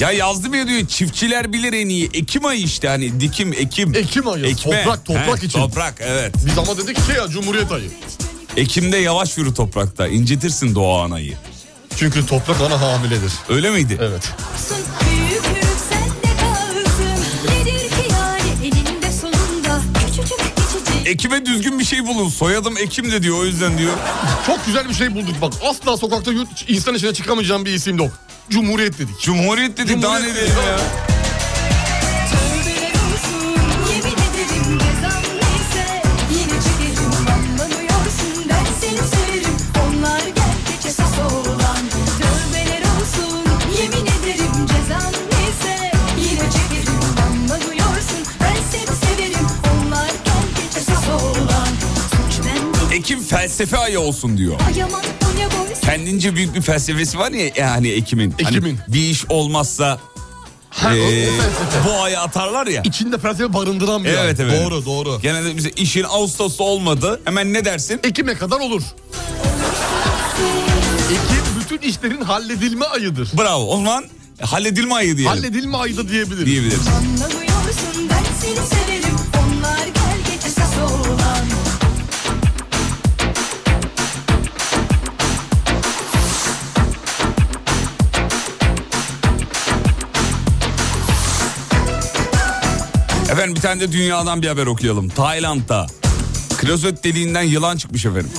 S2: Ya yazdım ya diyor çiftçiler bilir en iyi. Ekim ayı işte hani dikim, ekim.
S3: Ekim ayı. Toprak, toprak için.
S2: Toprak evet.
S3: biz ama dedik ki ya Cumhuriyet ayı.
S2: Ekim'de yavaş yürü toprakta. incitirsin doğa anayı.
S3: Çünkü toprak ana hamiledir.
S2: Öyle miydi?
S3: Evet.
S8: Sus büyüklük sende kalsın Nedir ki yani elinde sonunda Küçücük geçici
S2: Ekim'e düzgün bir şey bulun. Soyadım Ekim'de diyor o yüzden diyor.
S3: Çok güzel bir şey bulduk bak. Asla sokakta yurt, insan içine çıkamayacağım bir isim yok. Cumhuriyet dedik.
S2: Cumhuriyet dedi daha ne
S3: Cumhuriyet
S2: diyelim
S3: dedi.
S2: ya.
S6: Tövbeler olsun Yemin ederim cezam neyse Yine çekerim anlamıyorsun Ben seni severim Onlar gerçek esas olan Tövbeler olsun Yemin ederim cezam neyse Yine çekerim anlamıyorsun Ben seni severim Onlar gerçek esas olan Suç bende
S2: Ekim felsefe ayı olsun diyor.
S6: Ayaman o ne boy
S2: Kendince büyük bir felsefesi var ya yani Ekim'in. Hani
S3: Ekim'in.
S2: bir iş olmazsa
S3: Ha,
S2: eee,
S3: o felsefe.
S2: bu aya atarlar ya.
S3: İçinde felsefe barındıran bir
S2: Evet
S3: ay.
S2: evet.
S3: Doğru doğru.
S2: Genelde bize işin Ağustos'ta olmadı. Hemen ne dersin?
S3: Ekim'e kadar olur. Ekim bütün işlerin halledilme ayıdır.
S2: Bravo. O zaman halledilme ayı diyelim.
S3: Halledilme ayı da diyebiliriz.
S2: diyebiliriz.
S6: Anlamıyorsun ben seni severim Onlar gel geç esas olan
S2: Efendim bir tane de dünyadan bir haber okuyalım. Tayland'da klozet deliğinden yılan çıkmış efendim.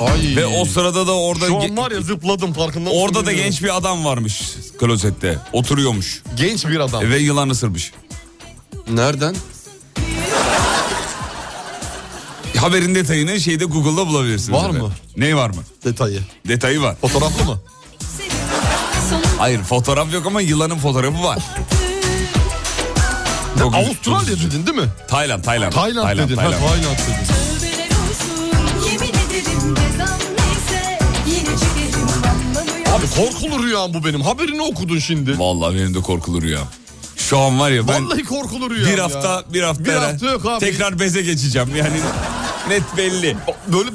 S3: Ay.
S2: Ve o sırada da orada
S3: Şu an var ya zıpladım farkında mısın
S2: orada da
S3: bilmiyorum.
S2: genç bir adam varmış klozette. Oturuyormuş
S3: genç bir adam.
S2: ve yılan ısırmış.
S3: Nereden?
S2: <laughs> Haberin detayını şeyde Google'da bulabilirsiniz.
S3: Var
S2: efendim.
S3: mı?
S2: Ne var mı?
S3: Detayı.
S2: Detayı var.
S3: Fotoğraflı mı?
S2: Hayır fotoğraf yok ama yılanın fotoğrafı var. Çok-
S3: Avustralya
S2: çok-
S3: dedin değil mi?
S2: Tayland, Tayland.
S3: Tayland, dedin. Ha,
S2: Tayland.
S3: Tayland dedin.
S6: Tövbeler olsun yemin ederim cezam neyse Yine çekerim anlamıyorsun
S3: Abi korkulu rüyam bu benim. Haberini okudun şimdi.
S2: Vallahi benim de korkulur ya. Şu an var ya ben
S3: Vallahi korkulu rüyam
S2: bir
S3: ya.
S2: hafta bir hafta
S3: Bir hafta yok abi.
S2: tekrar beze geçeceğim yani <laughs> net belli.
S3: Böyle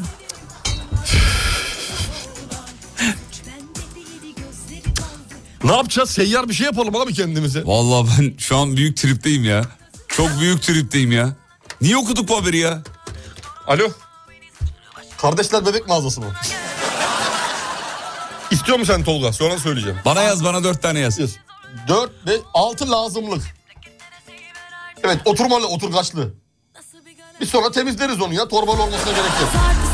S3: ne yapacağız? Seyyar bir şey yapalım abi kendimize.
S2: Vallahi ben şu an büyük tripteyim ya. Çok büyük tripteyim ya. Niye okuduk bu haberi ya?
S3: Alo. Kardeşler bebek mağazası mı? İstiyor musun sen Tolga? Sonra söyleyeceğim.
S2: Bana yaz bana dört tane yaz.
S3: 4 ve 6 lazımlık. Evet oturmalı oturgaçlı. Biz sonra temizleriz onu ya. Torbalı olmasına gerek yok.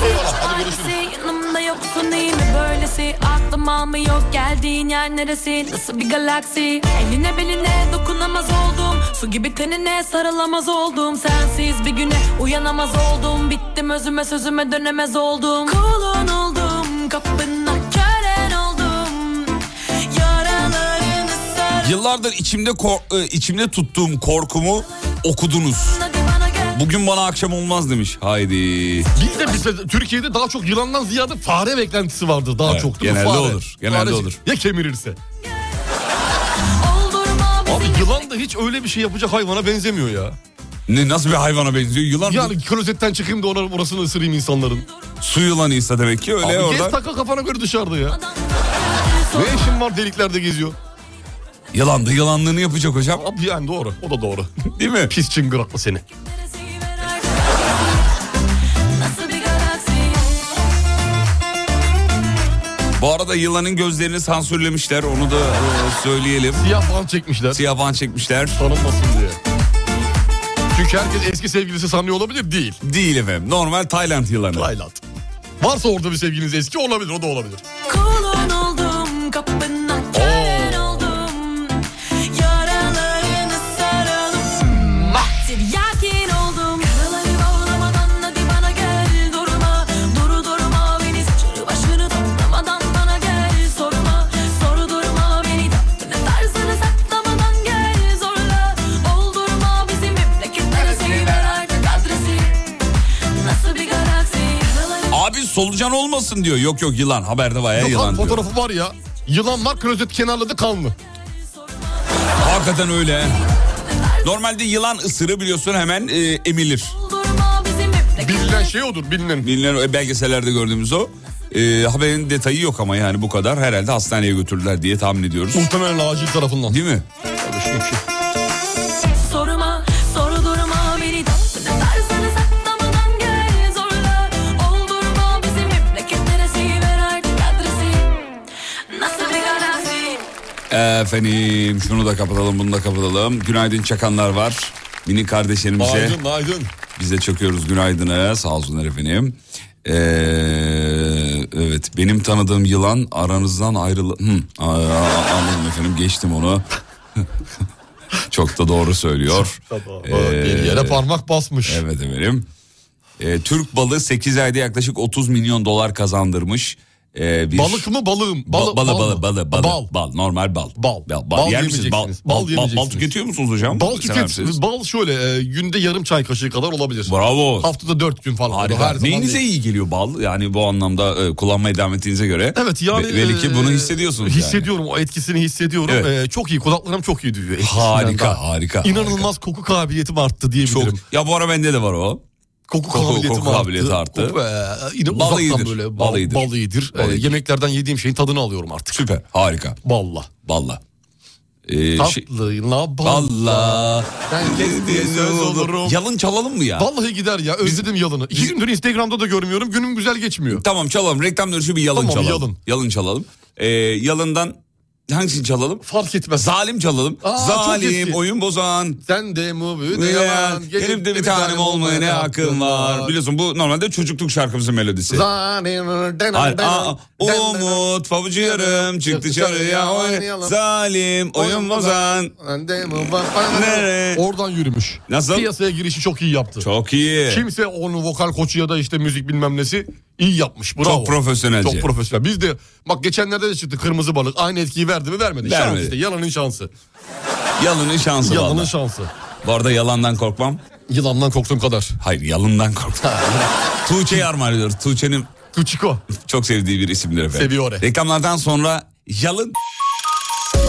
S3: Eyvallah hadi görüşürüz.
S6: Yanımda yoksun iyi mi böylesi Aklım almıyor geldiğin yer neresi Nasıl bir galaksi Eline beline dokunamaz oldum Su gibi tenine sarılamaz oldum Sensiz bir güne uyanamaz oldum Bittim özüme sözüme dönemez oldum Kulun oldum kapına kölen oldum Yaralarını sarıp
S2: Yıllardır içimde kor- e, içimde tuttuğum korkumu okudunuz.
S6: hadi bana gel
S2: Bugün bana akşam olmaz demiş. Haydi.
S3: Bir de bizde Türkiye'de daha çok yılandan ziyade fare beklentisi vardır daha
S2: Evet,
S3: çok. değil mi?
S2: genelde
S3: Fare.
S2: olur, genelde
S3: Fare-
S2: olur.
S3: Ya kemirirse. Abi yılan da hiç öyle bir şey yapacak hayvana benzemiyor ya.
S2: Ne, nasıl bir hayvana benziyor? Yılan mı?
S3: Yani klozetten çıkayım da ona orasını ısırayım insanların.
S2: Su yılanıysa demek ki öyle
S3: Abi
S2: orada.
S3: gez taka kafana göre dışarıda ya. Ne işin var deliklerde geziyor?
S2: Yılan da yılanlığını yapacak hocam.
S3: Abi yani doğru. O da doğru.
S2: <laughs> Değil mi?
S3: Pis çıngıraklı seni.
S9: Nasıl bir galaksi
S2: Bu arada yılanın gözlerini sansürlemişler. Onu da e, söyleyelim.
S3: Siyah falan çekmişler.
S2: Siyah bant çekmişler.
S3: Tanınmasın diye. Çünkü herkes eski sevgilisi sanıyor olabilir. Değil.
S2: Değil efendim. Normal Tayland yılanı.
S3: Tayland. Varsa orada bir sevgiliniz eski olabilir. O da olabilir.
S9: Kulun oldum kapına kölen oldum Yaralarını saralım Tiryakin oldum Karaları bağlamadan hadi bana gel Durma duru durma beni Saçını başını toplamadan bana gel Sorma soru durma beni Ne tarzını saklamadan gel Zorla oldurma bizi Memleketlere seviver artık adresi Nasıl bir galaksi Karaları
S2: Abi solucan olmasın diyor. Yok yok yılan. Haberde bayağı
S3: Yok
S2: yılan
S3: abi,
S2: diyor.
S3: fotoğrafı var ya. Yılan var klozet kenarladı kanlı.
S2: Hakikaten öyle. Normalde yılan ısırı biliyorsun hemen e, emilir.
S9: Durma bizim memleket
S3: Bilinen şey odur bilinen.
S2: Bilinen o e, belgesellerde gördüğümüz o. E, haberin detayı yok ama yani bu kadar. Herhalde hastaneye götürdüler diye tahmin ediyoruz.
S3: Muhtemelen acil tarafından.
S2: Değil mi?
S9: sorma soru durma beni tatlı tarzını saklamadan gel zorla oldurma bizim memleket neresi ver artık adresi nasıl bir garanti
S2: Efendim şunu da kapatalım bunu da kapatalım. Günaydın çakanlar var. Mini kardeşlerimize.
S3: Aydın aydın.
S2: Biz de çakıyoruz günaydını. Sağ olsunlar efendim. Ee, evet benim tanıdığım yılan aranızdan ayrılı... Hı, a- a- anladım efendim geçtim onu. <laughs> Çok da doğru söylüyor.
S3: Ee,
S2: Ee,
S3: bir yere parmak basmış.
S2: Evet efendim. Ee, Türk balığı 8 ayda yaklaşık 30 milyon dolar kazandırmış. Ee, bir...
S3: Balık mı balığım?
S2: Balı, balı,
S3: bal
S2: balı,
S3: mı?
S2: balı, balı,
S3: Bal.
S2: bal, normal bal.
S3: Bal.
S2: Bal,
S3: Bal
S2: yer misiniz? Bal,
S3: yemeyeceksiniz. Bal
S2: bal, bal, bal
S3: yemeyeceksiniz.
S2: tüketiyor musunuz hocam?
S3: Bal
S2: Sever
S3: tüket.
S2: misiniz?
S3: Bal şöyle e, günde yarım çay kaşığı kadar olabilir.
S2: Bravo.
S3: Haftada 4 gün falan.
S2: Harika.
S3: Her zaman
S2: Neyinize
S3: değil.
S2: iyi geliyor bal? Yani bu anlamda e, kullanmaya devam ettiğinize göre.
S3: Evet yani.
S2: Be- belli ki
S3: e,
S2: bunu hissediyorsunuz yani.
S3: Hissediyorum o etkisini hissediyorum.
S2: Evet.
S3: E, çok iyi kulaklarım çok iyi duyuyor. etkisinden
S2: Harika,
S3: daha.
S2: harika,
S3: İnanılmaz koku kabiliyetim arttı diyebilirim.
S2: Çok. Ya bu ara bende de var o.
S3: Koku,
S2: Koku-
S3: kabiliyetim
S2: koku
S3: arttı.
S2: kabiliyeti arttı.
S3: Koku, e, yine
S2: Bal
S3: uzaktan
S2: iyidir,
S3: böyle
S2: bal
S3: bal,
S2: iyidir.
S3: bal iyidir. E,
S2: Bal iyidir.
S3: yemeklerden yediğim şeyin tadını alıyorum artık.
S2: Süper. Harika.
S3: Balla.
S2: Balla. Ee, şey-
S3: Tatlıyla balla.
S2: Balla.
S3: Ben kes diye söz olurum.
S2: Yalın çalalım mı ya?
S3: Vallahi gider ya özledim yalını. İki gündür Instagram'da da görmüyorum günüm güzel geçmiyor.
S2: Tamam çalalım. Reklam dönüşü bir yalın
S3: Tamam,
S2: çalalım.
S3: yalın.
S2: çalalım. Ee, yalından hangisini çalalım?
S3: Fark etmez.
S2: Zalim çalalım.
S3: Aa, çok
S2: Zalim
S3: eski.
S2: oyun bozan.
S3: Sen de mu de
S2: Yalan,
S3: yalan.
S2: Gelip de bir tanem olmaya ne hakkım var. Biliyorsun bu normalde çocukluk şarkımızın melodisi.
S3: Zalim denem
S2: Hayır,
S3: denem,
S2: aa,
S3: denem,
S2: Umut Pabucu yarım çık dışarıya oynayalım. Zalim oyun bozan.
S3: denem, denem, denem.
S2: Nere?
S3: Oradan yürümüş.
S2: Nasıl?
S3: Piyasaya girişi çok iyi yaptı.
S2: Çok iyi.
S3: Kimse onun vokal koçu ya da işte müzik bilmem nesi iyi yapmış. Bravo.
S2: Çok profesyonelce.
S3: Çok profesyonel. Biz de bak geçenlerde de çıktı kırmızı balık. Aynı etkiyi verdi mi vermedi. Şans
S2: Vermedi.
S3: işte yalanın şansı.
S2: Yalının şansı
S3: Yalanın
S2: vallahi.
S3: şansı.
S2: Bu arada yalandan korkmam.
S3: Yılandan korktuğum kadar.
S2: Hayır
S3: <laughs>
S2: yalından korkmam. Tuğçe'yi armağan ediyoruz. Tuğçe'nin
S3: Küçiko.
S2: çok sevdiği bir isimdir efendim.
S3: Seviyor.
S2: Reklamlardan sonra yalın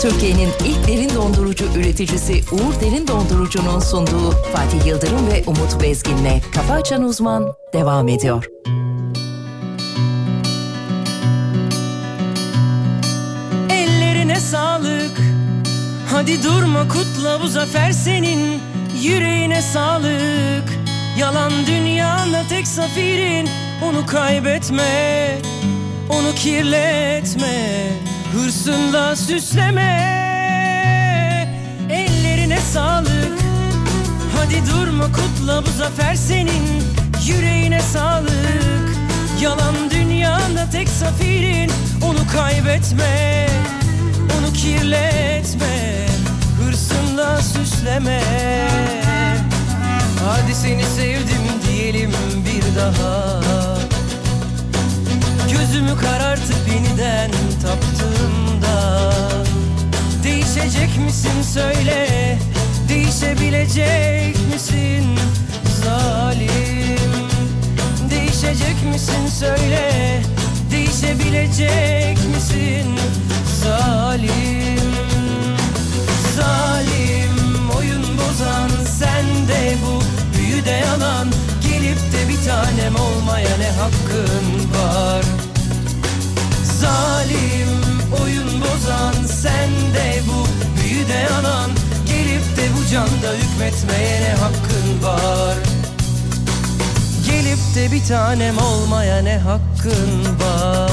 S10: Türkiye'nin ilk derin dondurucu üreticisi Uğur Derin Dondurucu'nun sunduğu Fatih Yıldırım ve Umut Bezgin'le Kafa Açan Uzman devam ediyor.
S11: Ellerine sağlık Hadi durma kutla bu zafer senin Yüreğine sağlık Yalan dünyanda tek safirin Onu kaybetme Onu kirletme Hırsınla süsleme Ellerine sağlık Hadi durma kutla bu zafer senin Yüreğine sağlık Yalan dünyanda tek safirin Onu kaybetme Onu kirletme Hırsınla süsleme Hadi seni sevdim diyelim bir daha Gözümü karartıp yeniden taptığımda Değişecek misin söyle Değişebilecek misin zalim Değişecek misin söyle Değişebilecek misin zalim Zalim oyun bozan sen de bu büyü de yalan Gelip de bir tanem olmaya ne hakkın var Zalim oyun bozan sen de bu büyü de yalan Gelip de bu canda hükmetmeye ne hakkın var Gelip de bir tanem olmaya ne hakkın var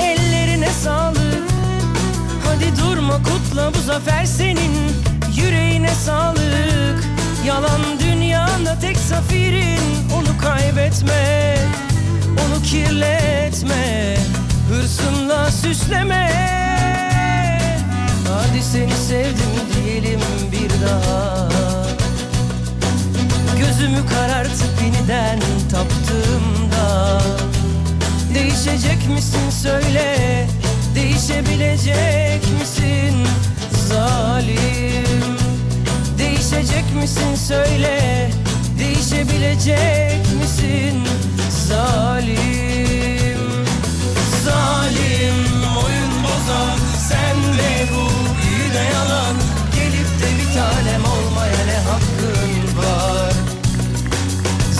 S11: Ellerine sağlık Hadi durma kutla bu zafer senin Yüreğine sağlık Yalan dünyanda tek zafirin Onu kaybetme Onu kirletme Hırsınla süsleme Hadi seni sevdim diyelim bir daha Gözümü karartıp yeniden taptığımda Değişecek misin söyle Değişebilecek misin zalim Değişecek misin söyle Değişebilecek misin zalim Zalim oyun bozan Sen ve bu büyü de yalan Gelip de bir tanem olmaya ne hakkın var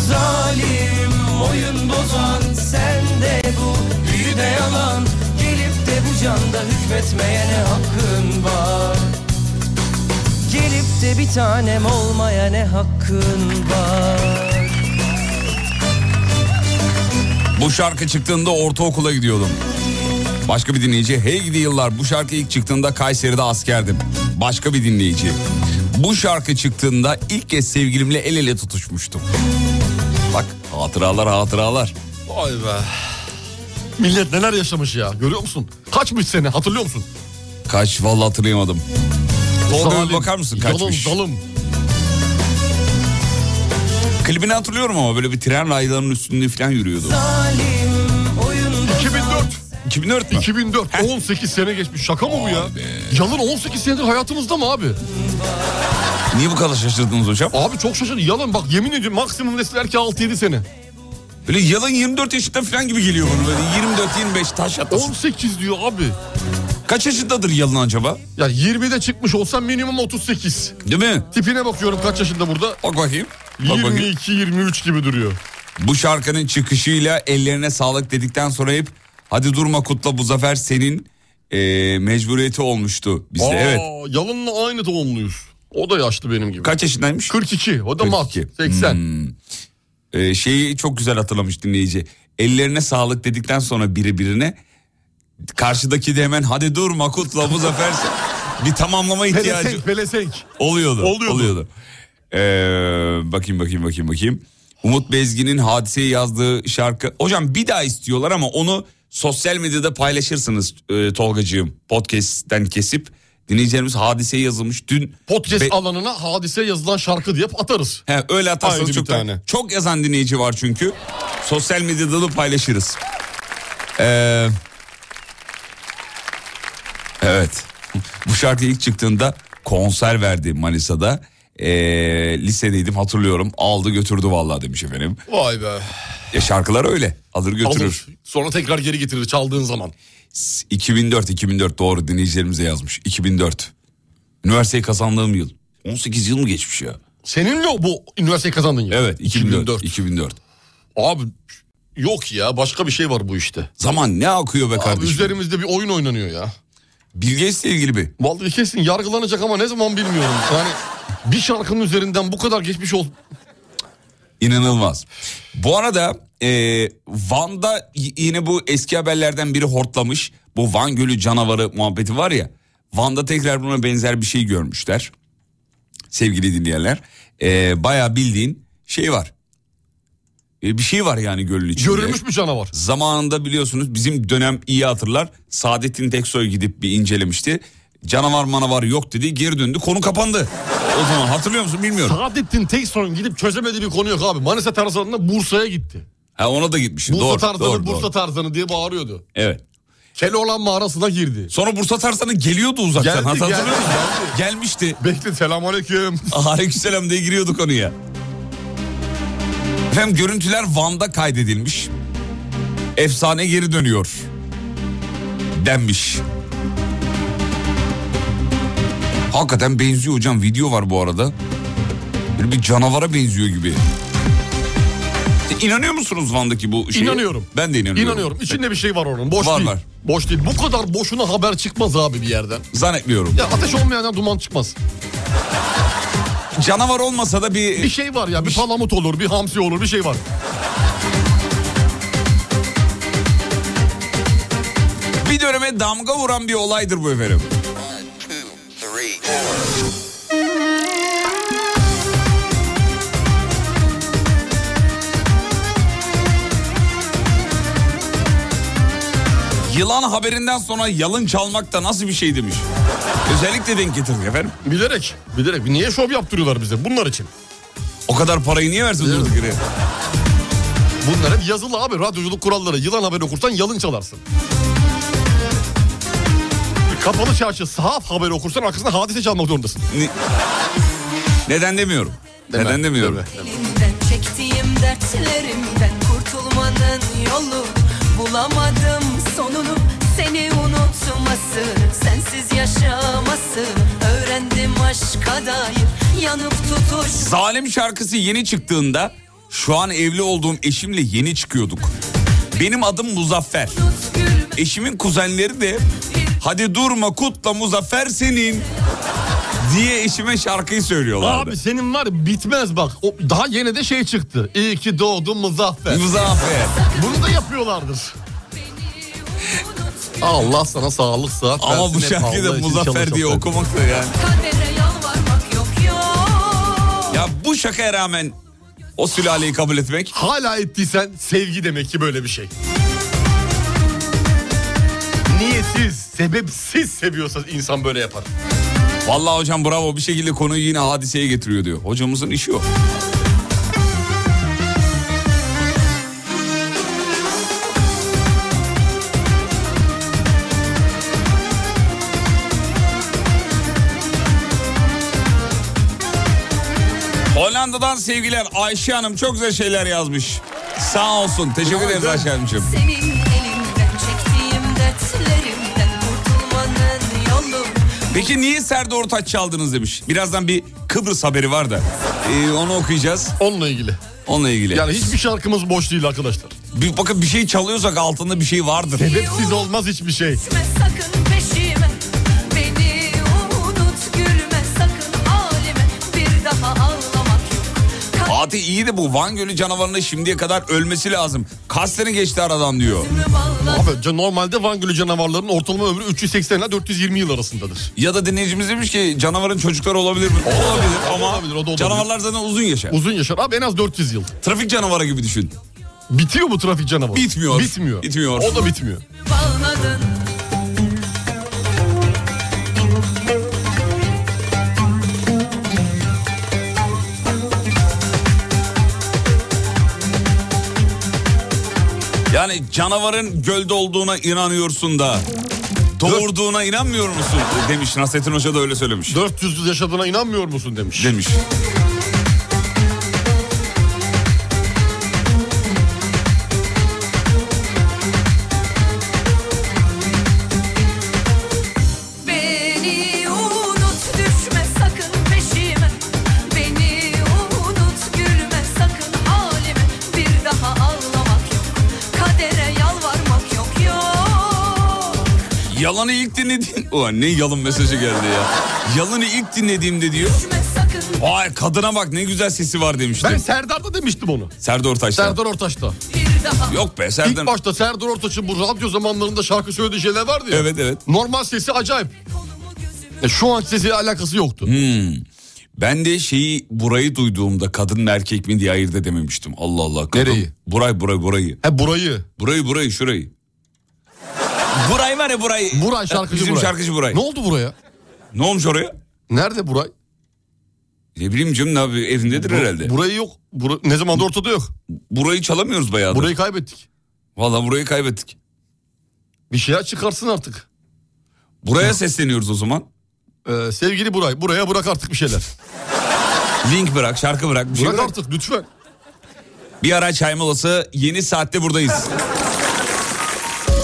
S11: Zalim oyun bozan sen de bu büyü de yalan Gelip de bu canda hükmetmeye ne hakkın var Gelip de bir tanem olmaya ne hakkın var
S2: Bu şarkı çıktığında ortaokula gidiyordum. Başka bir dinleyici. Hey gidi yıllar bu şarkı ilk çıktığında Kayseri'de askerdim. Başka bir dinleyici. Bu şarkı çıktığında ilk kez sevgilimle el ele tutuşmuştum. Bak hatıralar hatıralar.
S3: Vay be. Millet neler yaşamış ya görüyor musun? Kaçmış seni hatırlıyor musun?
S2: Kaç vallahi hatırlayamadım. Doğru
S3: Zalim,
S2: dönüp bakar mısın kaçmış?
S3: Dalım dalım.
S2: Klibini hatırlıyorum ama böyle bir tren raylarının üstünde falan yürüyordu.
S11: Zalim oyun bozan
S3: 2004.
S2: 2004 mü?
S3: 2004. 18 sene geçmiş. Şaka mı bu ya? Yalan 18 senedir hayatımızda mı abi?
S2: Niye bu kadar şaşırdınız hocam?
S3: Abi çok şaşırdım. Yalan bak yemin ediyorum maksimum deseler ki 6-7 sene.
S2: Böyle yalan 24 yaşında falan gibi geliyor bana böyle 24-25 taş atlasın.
S3: 18 diyor abi.
S2: Kaç yaşındadır yalan acaba?
S3: Ya 20'de çıkmış olsam minimum 38.
S2: Değil mi?
S3: Tipine bakıyorum kaç yaşında burada.
S2: Bak bakayım. Bak bakayım.
S3: 22-23 gibi duruyor.
S2: Bu şarkının çıkışıyla ellerine sağlık dedikten sonra hep hadi durma kutla bu zafer senin eee, mecburiyeti olmuştu bizde.
S3: Aa,
S2: Evet.
S3: Yalın'la aynı doğumluyuz. O da yaşlı benim gibi.
S2: Kaç yaşındaymış?
S3: 42. O da mat.
S2: 42.
S3: 80.
S2: Ee, şeyi çok güzel hatırlamış dinleyici. Ellerine sağlık dedikten sonra biri birine karşıdaki de hemen hadi durma kutla bu zafer sen-" <laughs> bir tamamlama ihtiyacı
S3: Pelesenk, pelesenk.
S2: oluyordu.
S3: Oluyordu.
S2: oluyordu. Ee, bakayım bakayım bakayım bakayım. Umut Bezgin'in hadiseyi yazdığı şarkı. Hocam bir daha istiyorlar ama onu sosyal medyada paylaşırsınız e, Tolgacığım. Podcast'ten kesip dinleyicilerimiz hadiseye yazılmış. Dün
S3: Podcast
S2: Be-
S3: alanına hadise yazılan şarkı diye atarız.
S2: He, öyle atarsanız
S3: Ayrı bir
S2: çok,
S3: tane.
S2: çok yazan dinleyici var çünkü. Sosyal medyada da paylaşırız. Ee, evet. <laughs> Bu şarkı ilk çıktığında konser verdi Manisa'da. Ee, lisedeydim hatırlıyorum. Aldı götürdü vallahi demiş efendim.
S3: Vay be.
S2: Ya şarkılar öyle. Alır götürür.
S3: Alır. Sonra tekrar geri getirir çaldığın zaman.
S2: 2004 2004 doğru dinleyicilerimize yazmış. 2004. Üniversiteyi kazandığım yıl. 18 yıl mı geçmiş ya?
S3: Seninle bu üniversiteyi kazandın ya.
S2: Evet 2004.
S3: 2004.
S2: 2004.
S3: Abi yok ya başka bir şey var bu işte.
S2: Zaman ne akıyor be
S3: Abi
S2: kardeşim?
S3: üzerimizde bir oyun oynanıyor ya.
S2: Bill Gates'le ilgili mi?
S3: Vallahi kesin yargılanacak ama ne zaman bilmiyorum. Yani bir şarkının üzerinden bu kadar geçmiş ol.
S2: İnanılmaz. Bu arada e, Van'da y- yine bu eski haberlerden biri hortlamış. Bu Van Gölü canavarı muhabbeti var ya. Van'da tekrar buna benzer bir şey görmüşler. Sevgili dinleyenler. E, bayağı bildiğin şey var. e, bir şey var yani gölün içinde.
S3: Görülmüş bir canavar.
S2: Zamanında biliyorsunuz bizim dönem iyi hatırlar. Saadettin Teksoy gidip bir incelemişti. Canavar manavar yok dedi geri döndü konu kapandı. O zaman hatırlıyor musun bilmiyorum.
S3: Saadettin Teksoy'un gidip çözemediği bir konu yok abi. Manisa Tarzanı'nda Bursa'ya gitti.
S2: Ha ona da gitmişim.
S3: Bursa
S2: doğru,
S3: Tarzanı,
S2: doğru,
S3: Bursa
S2: doğru.
S3: Tarzanı diye bağırıyordu.
S2: Evet.
S3: Keloğlan mağarasına girdi.
S2: Sonra Bursa Tarzanı geliyordu uzaktan.
S3: Geldi,
S2: Hatırlıyor
S3: geldi,
S2: musun?
S3: geldi.
S2: Gelmişti.
S3: Bekle selamünaleyküm.
S2: <laughs> Aleykümselam diye giriyordu konuya. Efendim görüntüler Van'da kaydedilmiş. Efsane geri dönüyor. Denmiş. Hakikaten benziyor hocam. Video var bu arada. Böyle bir canavara benziyor gibi. E, İnanıyor musunuz Van'daki bu şeye?
S3: İnanıyorum.
S2: Ben de inanıyorum.
S3: İnanıyorum. İçinde bir şey var onun. Boş
S2: Var,
S3: değil.
S2: var.
S3: Boş değil. Bu kadar boşuna haber çıkmaz abi bir yerden.
S2: Zannetmiyorum.
S3: Ya ateş olmayandan duman çıkmaz.
S2: Canavar olmasa da bir...
S3: Bir şey var ya. Bir palamut olur, bir hamsi olur, bir şey var.
S2: Bir döneme damga vuran bir olaydır bu efendim. Yılan haberinden sonra yalın çalmak da nasıl bir şey demiş. Özellikle denk getirdik efendim.
S3: Bilerek, bilerek. Niye şov yaptırıyorlar bize? Bunlar için.
S2: O kadar parayı niye versin durduk yere?
S3: Bunlar hep yazılı abi. Radyoculuk kuralları. Yılan haberi okursan yalın çalarsın. Kapalı çarşı sahaf haberi okursan arkasında hadise çalmak zorundasın.
S2: Ne- Neden demiyorum. Neden demiyorum.
S12: Elimden çektiğim dertlerimden kurtulmanın yolu Bulamadım sonunu seni unutması Sensiz yaşaması öğrendim aşka dair Yanıp tutuş
S2: Zalim şarkısı yeni çıktığında şu an evli olduğum eşimle yeni çıkıyorduk. Benim adım Muzaffer. Eşimin kuzenleri de hadi durma kutla Muzaffer senin diye eşime şarkıyı söylüyorlardı.
S3: Abi senin var ya bitmez bak. O, daha yeni de şey çıktı. İyi ki doğdun Muzaffer.
S2: Muzaffer.
S3: Bunu da yapıyorlardır. Allah sana sağlık sıhhat
S2: Ama bu
S3: versin, hep
S2: şarkıyı da
S3: Allah için
S2: Muzaffer
S3: çalış,
S2: diye
S3: çalış.
S2: okumak da yani.
S12: kadere yalvarmak yok yok
S2: Ya bu şakaya rağmen o sülaleyi kabul etmek.
S3: Hala ettiysen sevgi demek ki böyle bir şey. Niyetsiz, sebepsiz seviyorsa insan böyle yapar.
S2: Vallahi hocam bravo bir şekilde konuyu yine hadiseye getiriyor diyor. Hocamızın işi o. Hollanda'dan sevgiler Ayşe Hanım çok güzel şeyler yazmış. Sağ olsun. Teşekkür ederiz Ayşe Hanımcığım.
S12: Senin elinden çektiğim dertlerimden kurtulmanın yolu
S2: Peki niye Serdar Ortaç çaldınız demiş. Birazdan bir Kıbrıs haberi var da. Ee, onu okuyacağız.
S3: Onunla ilgili.
S2: Onunla ilgili.
S3: Yani hiçbir şarkımız boş değil arkadaşlar.
S2: Bir, bakın bir şey çalıyorsak altında bir şey vardır.
S3: Sebepsiz olmaz hiçbir şey.
S12: Gitme sakın peşime Beni unut gülme sakın halime Bir daha ağlamak
S2: Fatih iyi de bu Van Gölü canavarının şimdiye kadar ölmesi lazım. Kaç sene geçti aradan diyor.
S3: Abi can- normalde Van Gölü canavarlarının ortalama ömrü 380 ile 420 yıl arasındadır.
S2: Ya da dinleyicimiz demiş ki canavarın çocukları olabilir mi? Olabilir ama
S3: olabilir, o da olabilir.
S2: canavarlar zaten uzun yaşar.
S3: Uzun yaşar abi en az 400 yıl.
S2: Trafik canavarı gibi düşün.
S3: Bitiyor bu trafik canavarı?
S2: Bitmiyor.
S3: Bitmiyor.
S2: Bitmiyor.
S3: O da bitmiyor.
S12: bağladın
S2: Yani canavarın gölde olduğuna inanıyorsun da doğurduğuna inanmıyor musun? Demiş Nasrettin Hoca da öyle söylemiş.
S3: 400 yıl yaşadığına inanmıyor musun demiş.
S2: Demiş.
S12: Beni unut düşme sakın peşime Beni unut gülme sakın halime Bir daha ağlamak yok Kadere yalvarmak yok yok
S2: Yalanı ilk dinlediğin... Ulan ne yalın mesajı geldi ya. Yalanı ilk dinlediğimde diyor. Vay kadına bak ne güzel sesi var demiştim.
S3: Ben Serdar'da demiştim onu.
S2: Serdar Ortaç'tan.
S3: Serdar Ortaç'ta.
S2: Yok be
S3: İlk
S2: Serdar.
S3: başta Serdar Ortaç'ın bu radyo zamanlarında şarkı söylediği şeyler vardı ya.
S2: Evet evet.
S3: Normal sesi acayip. E, şu an sesiyle alakası yoktu.
S2: Hmm. Ben de şeyi burayı duyduğumda kadın mı erkek mi diye ayırt edememiştim. Allah Allah. Kadın, Nereyi? Buray buray burayı.
S3: He burayı.
S2: Burayı burayı şurayı. buray var ya burayı.
S3: Buray şarkıcı
S2: Bizim
S3: Buray.
S2: şarkıcı Buray.
S3: Ne oldu buraya?
S2: Ne olmuş oraya?
S3: Nerede Buray?
S2: Ne bileyim canım ne abi evindedir herhalde.
S3: Burayı yok. Bura- ne zamandır ortada yok.
S2: Burayı çalamıyoruz bayağı.
S3: Burayı kaybettik.
S2: Valla burayı kaybettik.
S3: Bir şeyler çıkarsın artık.
S2: Buraya sesleniyoruz o zaman.
S3: Ee, sevgili Buray buraya bırak artık bir şeyler.
S2: Link bırak, şarkı bırak. Bir şey
S3: bırak
S2: bırak.
S3: artık lütfen.
S2: Bir ara çay molası yeni saatte buradayız.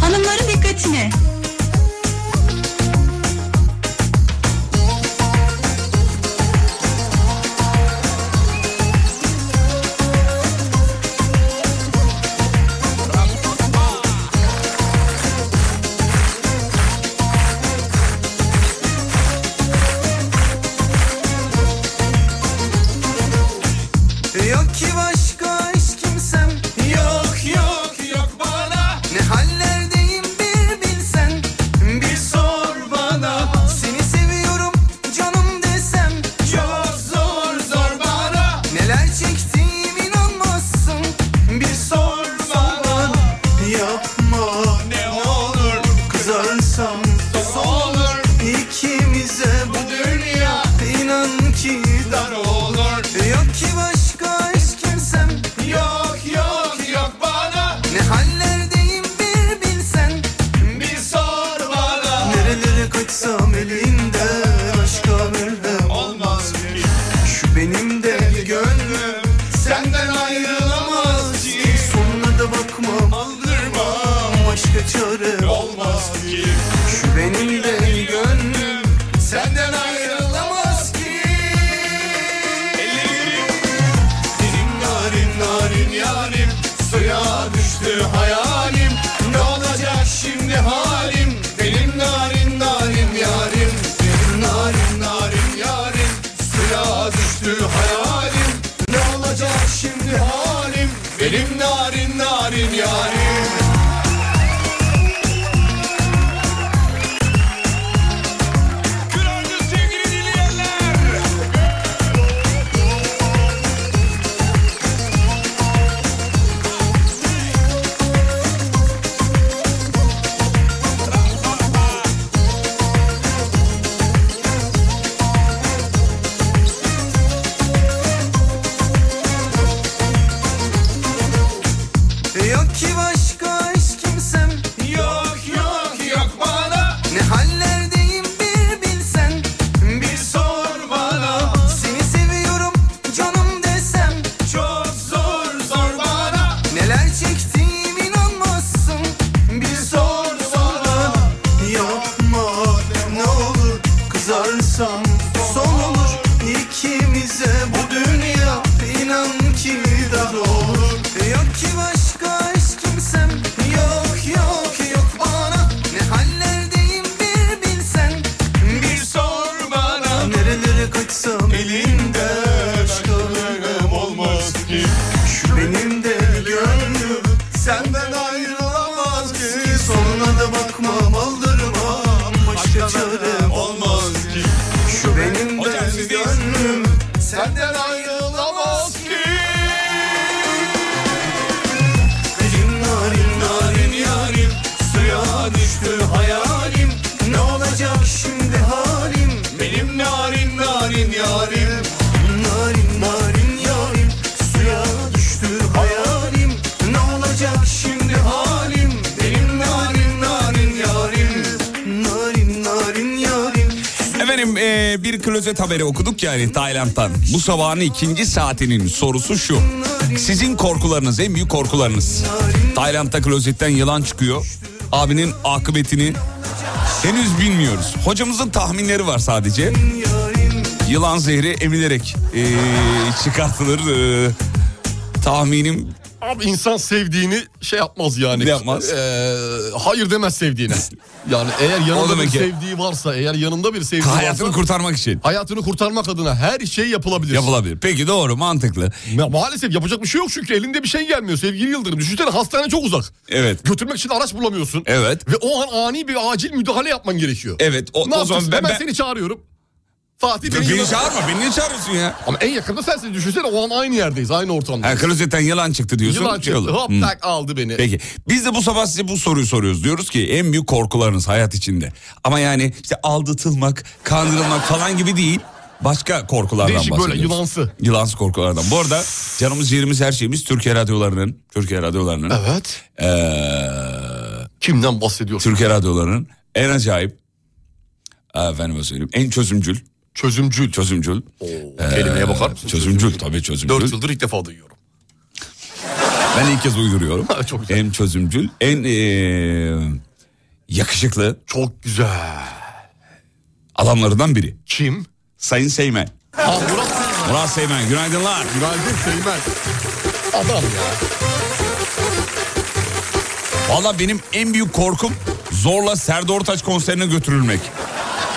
S13: Hanımların dikkatine.
S14: Yok ki başka hiç kimsem Yok yok yok bana Ne hallerdeyim bir bilsen Bir sor bana Seni seviyorum canım desem Çok zor zor bana Neler çektiğim inanmazsın Bir sor bana Yapma ne olur Kızarsam dost olur İkimize bu dünya inan ki dar olur Yok ki başka hiç kimsem Yok yok yok bana Ne hallerdeyim bir bilsen Bir sor bana Nerelere kaçsam elinden Aşka merhem olmaz ki Şu benim de gönlüm Senden ayrılamaz ki Sonuna da bakmam Aldırmam Başka çare olmaz ki Şu benim de gönlüm Senden ayrılamaz ki Ellerim Dilim narin narin yarim Suya düştü hayalim Ne olacak şimdi halim Benim narin narin yarim Benim narin narin yarim Suya düştü hayalim Ne olacak şimdi halim Benim narin narin yarim Yok ki başka hiç kimsem Yok yok yok bana Ne hallerdeyim bir bilsen Bir sor bana Seni seviyorum canım desem Çok zor zor bana Neler çektiğim inanmazsın Bir sor bana Yapma ne olur Kızarsam son olur İkimize bu dünya inan ki dar olur Yok ki başka hiç kimsem Yok yok yok bana Ne hallerdeyim bir bilsen Bir sor bana Nerelere kaçsam elinde Başka ölüm olmaz ki Şu benim de gönlüm Senden ayrılamaz ki Sonuna da bakmam aldırmam Başka çarem olmaz ki Şu benim de gönlüm Senden ayrılamaz ki Elim narin narin yarim Suya düştü hayalim Ne olacak şimdi halim Benim narin narin yarim Narin narin yarim Suya düştü hayalim Ne olacak şimdi halim Benim narin narin yarim Narin narin yarim
S2: Efendim e, bir klozet haberi okuduk yani Tayland'dan. Bu sabahın ikinci saatinin sorusu şu. Sizin korkularınız en büyük korkularınız. Tayland'da klozetten yılan çıkıyor. Abinin akıbetini henüz bilmiyoruz. Hocamızın tahminleri var sadece. Yılan zehri emilerek e, çıkartılır. E, tahminim
S3: Abi insan sevdiğini şey yapmaz yani.
S2: Ne yapmaz?
S3: Ee, hayır demez sevdiğine. Yani eğer
S2: O
S3: yanında
S2: demek
S3: bir
S2: ki-
S3: sevdiği varsa, eğer yanında bir sevdiği
S2: Hayatını
S3: varsa...
S2: kurtarmak için.
S3: Hayatını kurtarmak adına her şey yapılabilir.
S2: Yapılabilir. Peki doğru mantıklı.
S3: Ma- maalesef yapacak bir şey yok çünkü elinde bir şey gelmiyor sevgili Yıldırım. Düşünsene hastane çok uzak.
S2: Evet.
S3: Götürmek için araç bulamıyorsun.
S2: Evet.
S3: Ve o an ani bir acil müdahale yapman gerekiyor.
S2: Evet. O,
S3: ne
S2: o zaman
S3: yapacaksın?
S2: ben,
S3: Hemen
S2: ben-
S3: seni çağırıyorum. Fatih
S2: Beni
S3: yılan-
S2: çağırma, beni niye çağırıyorsun ya?
S3: Ama en yakında sensin düşünsene o an aynı yerdeyiz aynı ortamda.
S2: Ha, klozetten yılan çıktı diyorsun.
S3: Yılan
S2: şey
S3: çıktı,
S2: olur.
S3: hop
S2: Hmm.
S3: tak aldı beni.
S2: Peki biz de bu sabah size bu soruyu soruyoruz. Diyoruz ki en büyük korkularınız hayat içinde. Ama yani işte aldatılmak, kandırılmak falan gibi değil. Başka korkulardan
S3: Değişik böyle
S2: bahsediyoruz.
S3: yılansı.
S2: Yılansı korkulardan. Bu arada canımız ciğerimiz her şeyimiz Türkiye radyolarının. Türkiye radyolarının.
S3: Evet. Kimden bahsediyorsun?
S2: Türkiye radyolarının en acayip. Efendim söyleyeyim. En çözümcül.
S3: Çözümcül.
S2: Çözümcül.
S3: kelimeye bakar mısın?
S2: Çözümcül tabii çözümcül.
S3: Dört yıldır ilk defa duyuyorum.
S2: Ben ilk kez
S3: <laughs>
S2: uyduruyorum. En çözümcül, en eee, yakışıklı.
S3: Çok güzel.
S2: Adamlarından biri.
S3: Kim?
S2: Sayın Seymen.
S3: Ha, Murat Seymen.
S2: Murat Seymen günaydınlar.
S3: Günaydın Seymen. Adam ya.
S2: Valla benim en büyük korkum zorla Serdar Ortaç konserine götürülmek.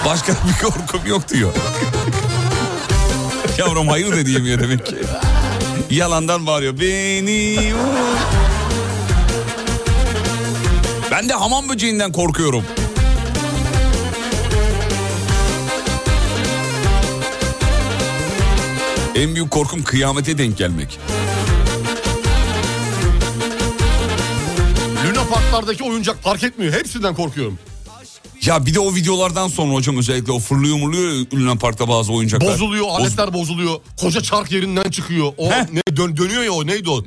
S2: Başka bir korkum yok diyor. <laughs> Yavrum hayır da diyemiyor demek ki. Yalandan bağırıyor. Beni vur. Ben de hamam böceğinden korkuyorum. En büyük korkum kıyamete denk gelmek.
S3: Luna Parklardaki oyuncak park etmiyor. Hepsinden korkuyorum.
S2: Ya bir de o videolardan sonra hocam özellikle o fırlıyor murluyor Ünlü Park'ta bazı oyuncaklar.
S3: Bozuluyor,
S2: Boz-
S3: aletler bozuluyor. Koca çark yerinden çıkıyor. O ne dön- dönüyor ya o neydi o?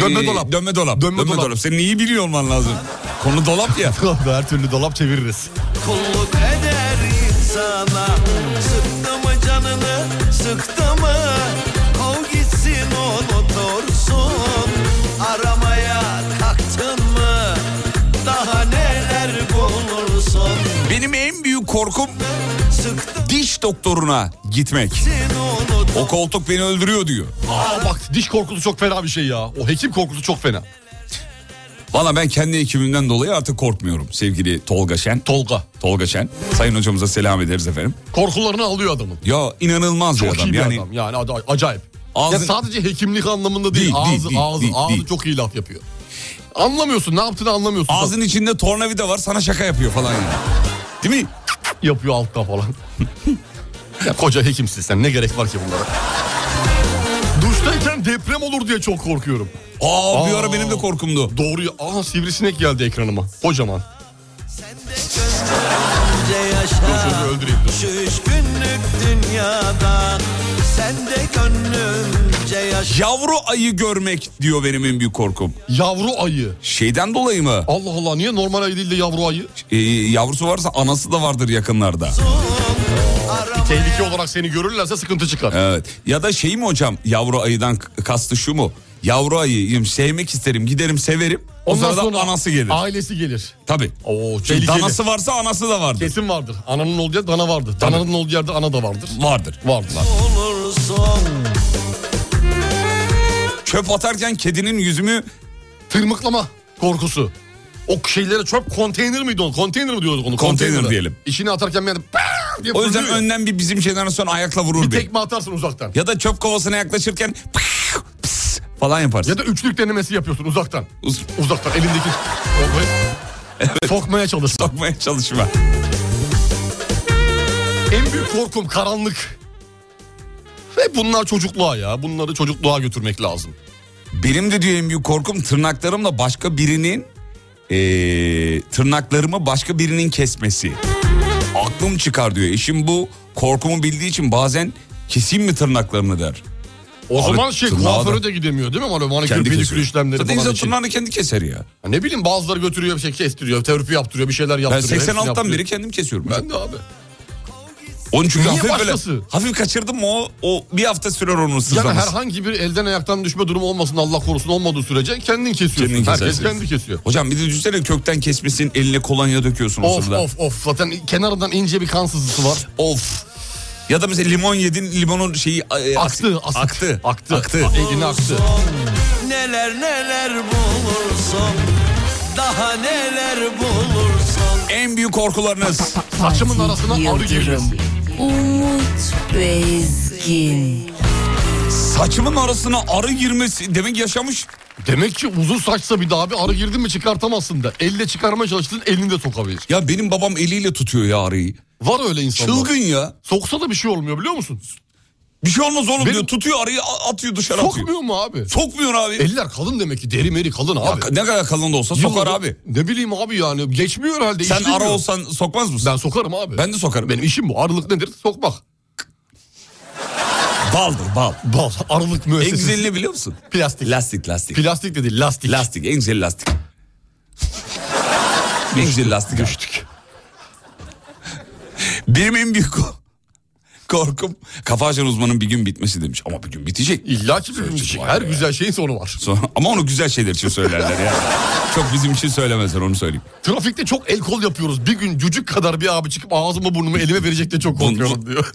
S3: Dönme
S2: Ee,
S3: dolap.
S2: Dönme dolap.
S3: Dönme
S2: Dönme, dolap.
S3: dolap.
S2: Senin iyi biliyor olman lazım. Konu
S3: <laughs>
S2: dolap ya.
S3: Her türlü dolap çeviririz.
S14: Kulluk eder insana Sıktı mı canını sıktı mı Kov gitsin unutursun Aramaya kalktın mı Daha neler bulursun
S2: Benim en büyük korkum diş doktoruna gitmek. O koltuk beni öldürüyor diyor.
S3: Aa bak diş korkusu çok fena bir şey ya. O hekim korkusu çok fena.
S2: Valla ben kendi ekibimden dolayı artık korkmuyorum sevgili Tolga Şen.
S3: Tolga.
S2: Tolga Şen. Sayın hocamıza selam ederiz efendim.
S3: Korkularını alıyor adamın.
S2: Ya inanılmaz
S3: Çok
S2: bir adam.
S3: iyi bir
S2: yani
S3: adam. Yani ad- acayip.
S2: Ağzı-
S3: Ya sadece hekimlik anlamında değil.
S2: Değil,
S3: ağzı,
S2: değil, değil,
S3: ağzı,
S2: değil,
S3: ağzı
S2: değil.
S3: çok iyi laf yapıyor. Anlamıyorsun ne yaptığını anlamıyorsun.
S2: ağzın içinde tornavida var sana şaka yapıyor falan yani. Değil mi?
S3: Yapıyor altta falan.
S2: <laughs>
S3: ya koca hekimsin sen ne gerek var ki bunlara? Duştayken deprem olur diye çok korkuyorum.
S2: Aa, bir ara benim de korkumdu.
S3: Doğru ya. Aha sivrisinek geldi ekranıma. Kocaman.
S14: Önce yaşa Şüş günlük dünyadan Sen de gönlümce yaşa
S2: Yavru ayı görmek diyor benim en büyük korkum.
S3: Yavru ayı.
S2: Şeyden dolayı mı?
S3: Allah Allah niye normal ayı değil de yavru ayı?
S2: Ee, yavrusu varsa anası da vardır yakınlarda.
S3: Bir tehlike olarak seni görürlerse sıkıntı çıkar.
S2: Evet. Ya da şey mi hocam yavru ayıdan k- kastı şu mu? Yavru ayıyım sevmek isterim giderim severim. O sırada anası gelir.
S3: Ailesi gelir.
S2: Tabii.
S3: Oo,
S2: Çünkü
S3: tehlikeli.
S2: danası varsa anası da vardır.
S3: Kesin vardır. Ananın olduğu yerde dana vardır. Dananın olduğu yerde ana da vardır.
S2: Vardır.
S3: Vardır.
S14: olursun
S2: Çöp atarken kedinin yüzümü
S3: Tırmıklama korkusu. O şeylere çöp konteyner miydi o? Konteyner mi diyorduk onu?
S2: Konteyner
S3: Konteynere.
S2: diyelim.
S3: İşini atarken bir anda "Pah!" diye
S2: o yüzden
S3: fırlıyor ya.
S2: önden bir bizim jenerasyon ayakla vurur
S3: bir
S2: beni.
S3: tekme atarsın uzaktan.
S2: Ya da çöp kovasına yaklaşırken pıs falan yaparsın.
S3: Ya da üçlük denemesi yapıyorsun uzaktan. uzaktan elindeki sokmaya çalışma.
S2: Sokmaya çalışma.
S3: En büyük korkum karanlık. Ve bunlar çocukluğa ya. Bunları çocukluğa götürmek lazım.
S2: Benim de diyor en büyük korkum tırnaklarımla başka birinin eee, tırnaklarımı başka birinin kesmesi. Aklım çıkar diyor. Eşim bu korkumu bildiği için bazen keseyim mi tırnaklarını der.
S3: O
S2: Abi
S3: zaman şey
S2: tırnağı da-
S3: kuaföre de gidemiyor değil mi? Hani manikür
S2: Kendi
S3: pedikür
S2: kesiyor.
S3: işlemleri
S2: Zaten
S3: falan
S2: insan
S3: için.
S2: tırnağını kendi keser ya.
S3: Ya ne bileyim bazıları götürüyor bir şey kestiriyor. Terapi yaptırıyor bir şeyler
S2: Ben
S3: yaptırıyor. hepsini
S2: 86'dan
S3: yaptırıyor.
S2: beri kendim kesiyorum.
S3: Ben de abi.
S2: Onun çünkü
S3: Niye
S2: hafif
S3: başkası?
S2: böyle hafif kaçırdım mı o, o bir hafta sürer onun
S3: Yani
S2: sızlaması.
S3: herhangi bir elden ayaktan düşme durumu olmasın Allah korusun olmadığı sürece kendin kesiyorsun.
S2: Kendin
S3: Herkes
S2: kesersin.
S3: kendi kesiyor.
S2: Hocam bir de düşünsene kökten kesmesin eline kolonya döküyorsun o
S3: Of
S2: sırada.
S3: of of zaten kenarından ince bir kan sızısı var.
S2: Of. Ya da mesela limon yedin limonun şeyi e, aktı, aktı. Aktı. Aktı. Elini aktı.
S14: Neler neler bulursun Daha neler bulursun
S2: En büyük korkularınız
S10: Saçımın arasına arı girmesi. Umut Bezgin.
S2: Saçımın arasına arı girmesi demek yaşamış.
S3: Demek ki uzun saçsa bir daha bir arı girdin mi çıkartamazsın da. Elle çıkarmaya çalıştın elinde sokabilir.
S2: Ya benim babam eliyle tutuyor ya arıyı.
S3: Var öyle insanlar.
S2: Çılgın ya.
S3: Soksa da bir şey olmuyor biliyor musun?
S2: Bir şey olmaz oğlum diyor. Tutuyor arıyı a- atıyor dışarı atıyor.
S3: Sokmuyor mu abi?
S2: Sokmuyor abi.
S3: Eller kalın demek ki deri meri kalın abi.
S2: ka- ne kadar kalın da olsa sokar abi.
S3: Ne bileyim abi yani geçmiyor herhalde.
S2: Sen
S3: işlemiyor.
S2: ara olsan sokmaz mısın?
S3: Ben sokarım abi.
S2: Ben de sokarım.
S3: Benim işim bu. Arılık nedir? Sokmak.
S2: Baldır bal.
S3: Bal. Arılık
S2: En
S3: müessesesi.
S2: güzeli ne biliyor musun?
S3: Plastik.
S2: Lastik lastik.
S3: Plastik dedi lastik.
S2: Lastik en güzel lastik. en güzel lastik. Düştük. Benim en büyük ko- korkum kafa açan uzmanın bir gün bitmesi demiş. Ama bir gün bitecek.
S3: İlla ki bir gün bitecek. Her güzel şeyin sonu var.
S2: Sonra, ama onu güzel şeyler için söylerler ya. Çok bizim için söylemezler onu söyleyeyim.
S3: Trafikte çok el kol yapıyoruz. Bir gün cücük kadar bir abi çıkıp ağzımı burnumu elime verecek de çok korkuyorum diyor.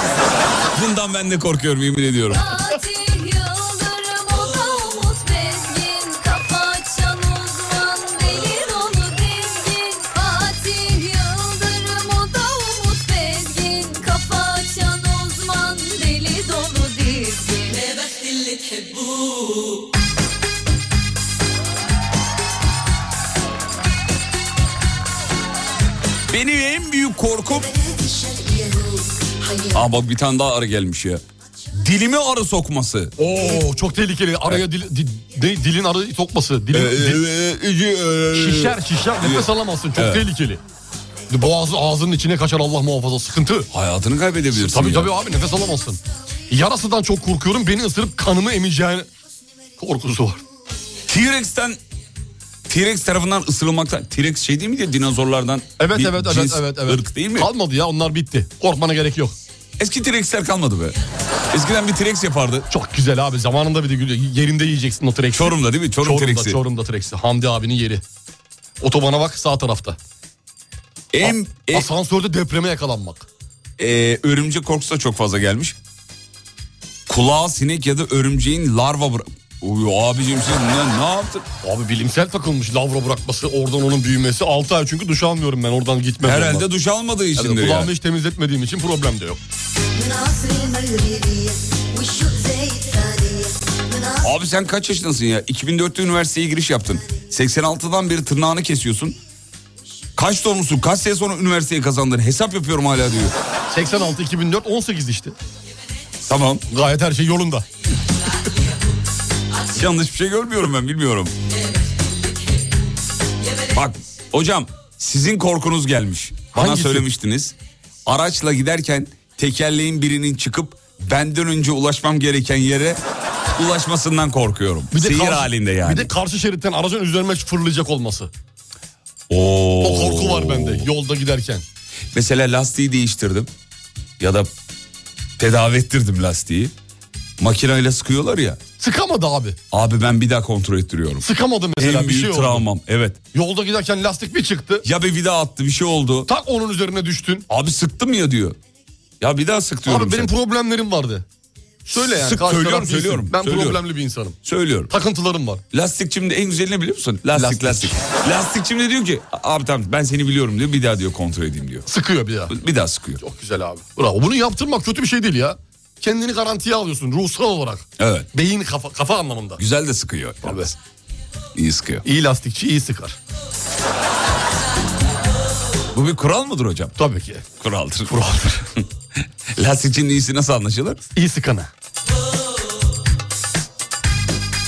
S2: <laughs> Bundan ben de korkuyorum yemin ediyorum.
S12: Fatih Yıldırım o da Umut Bezgin Kafa açan uzman bilir onu dizgin Fatih Yıldırım o da Umut Bezgin Kafa açan uzman deli dolu dizgin Ne vaktillik hep bu
S2: Benim en büyük korkum... Aa bak bir tane daha arı gelmiş ya. Dilime arı sokması.
S3: Oo çok tehlikeli. Araya dil, di- di- dilin arayı sokması.
S2: Ee,
S3: Dilin, dil- şişer şişer nefes alamazsın. Çok
S2: Evet.
S3: tehlikeli. Boğazı ağzının içine kaçar Allah muhafaza sıkıntı.
S2: Hayatını kaybedebilirsin
S3: Tabii
S2: ya.
S3: tabii abi nefes alamazsın. Yarasından çok korkuyorum. Beni ısırıp kanımı emeceğini korkusu var.
S2: T-Rex'ten T-Rex tarafından ısırılmaktan T-Rex şey değil mi diye dinozorlardan
S3: Evet
S2: bir
S3: evet evet
S2: cins,
S3: evet evet.
S2: ırk değil mi?
S3: Kalmadı ya onlar bitti. Korkmana gerek yok.
S2: Eski T-Rex'ler kalmadı be. Eskiden bir T-Rex yapardı.
S3: Çok güzel abi zamanında bir de gülüyor. yerinde yiyeceksin o T-Rex'i.
S2: Çorum'da değil mi? Çorum
S3: Çorum'da,
S2: T-Rex'i.
S3: Çorum'da T-Rex'i. Hamdi abinin yeri. Otobana bak sağ tarafta.
S2: Em, e,
S3: Asansörde depreme yakalanmak.
S2: e, örümcek korkusu da çok fazla gelmiş. Kulağa sinek ya da örümceğin larva bırak... Uy abicim siz ne, ne yaptın?
S3: Abi bilimsel takılmış lavra bırakması oradan onun büyümesi 6 ay çünkü duş almıyorum ben oradan gitmem.
S2: Herhalde
S3: ondan.
S2: duş almadığı
S3: Yani
S2: içindir
S3: Kulağımı
S2: yani.
S3: hiç temizletmediğim için problem de yok.
S2: Abi sen kaç yaşındasın ya? 2004'te üniversiteye giriş yaptın. 86'dan beri tırnağını kesiyorsun. Kaç doğumlusun? Kaç sene sonra üniversiteyi kazandın? Hesap yapıyorum hala diyor.
S3: 86 2004 18 işte.
S2: Tamam.
S3: Gayet her şey yolunda.
S2: Yanlış bir şey görmüyorum ben bilmiyorum. Bak hocam sizin korkunuz gelmiş. Bana
S3: Hangisi?
S2: söylemiştiniz. Araçla giderken tekerleğin birinin çıkıp benden önce ulaşmam gereken yere ulaşmasından korkuyorum. Seyir
S3: karşı-
S2: halinde yani.
S3: Bir de karşı şeritten aracın üzerime fırlayacak olması.
S2: Oo.
S3: O korku var bende yolda giderken.
S2: Mesela lastiği değiştirdim ya da tedavi ettirdim lastiği. Makinayla sıkıyorlar ya.
S3: Sıkamadı abi.
S2: Abi ben bir daha kontrol ettiriyorum.
S3: Sıkamadı mesela
S2: en
S3: bir
S2: büyük
S3: şey oldu.
S2: travmam evet.
S3: Yolda giderken lastik bir çıktı.
S2: Ya bir vida attı bir şey oldu.
S3: Tak onun üzerine düştün.
S2: Abi sıktım ya diyor. Ya bir daha sık diyorum.
S3: Abi benim
S2: sana.
S3: problemlerim vardı. Söyle yani.
S2: Sık,
S3: karşı
S2: söylüyorum,
S3: taraf değilsin.
S2: söylüyorum,
S3: Ben
S2: söylüyorum.
S3: problemli bir insanım.
S2: Söylüyorum.
S3: Takıntılarım var.
S2: Lastikçimde en güzeli ne biliyor musun? Lastik lastik. Lastikçim de diyor ki abi tamam ben seni biliyorum diyor bir daha diyor kontrol edeyim diyor.
S3: Sıkıyor bir daha.
S2: Bir daha sıkıyor.
S3: Çok güzel abi. Bravo. Bunu yaptırmak kötü bir şey değil ya. Kendini garantiye alıyorsun ruhsal olarak.
S2: Evet.
S3: Beyin kafa, kafa anlamında.
S2: Güzel de sıkıyor.
S3: Abi.
S2: İyi sıkıyor.
S3: İyi lastikçi iyi sıkar.
S2: Bu bir kural mıdır hocam?
S3: Tabii ki.
S2: Kuraldır. Kuraldır. <laughs> Lastikçinin iyisi nasıl anlaşılır?
S3: İyi sıkanı.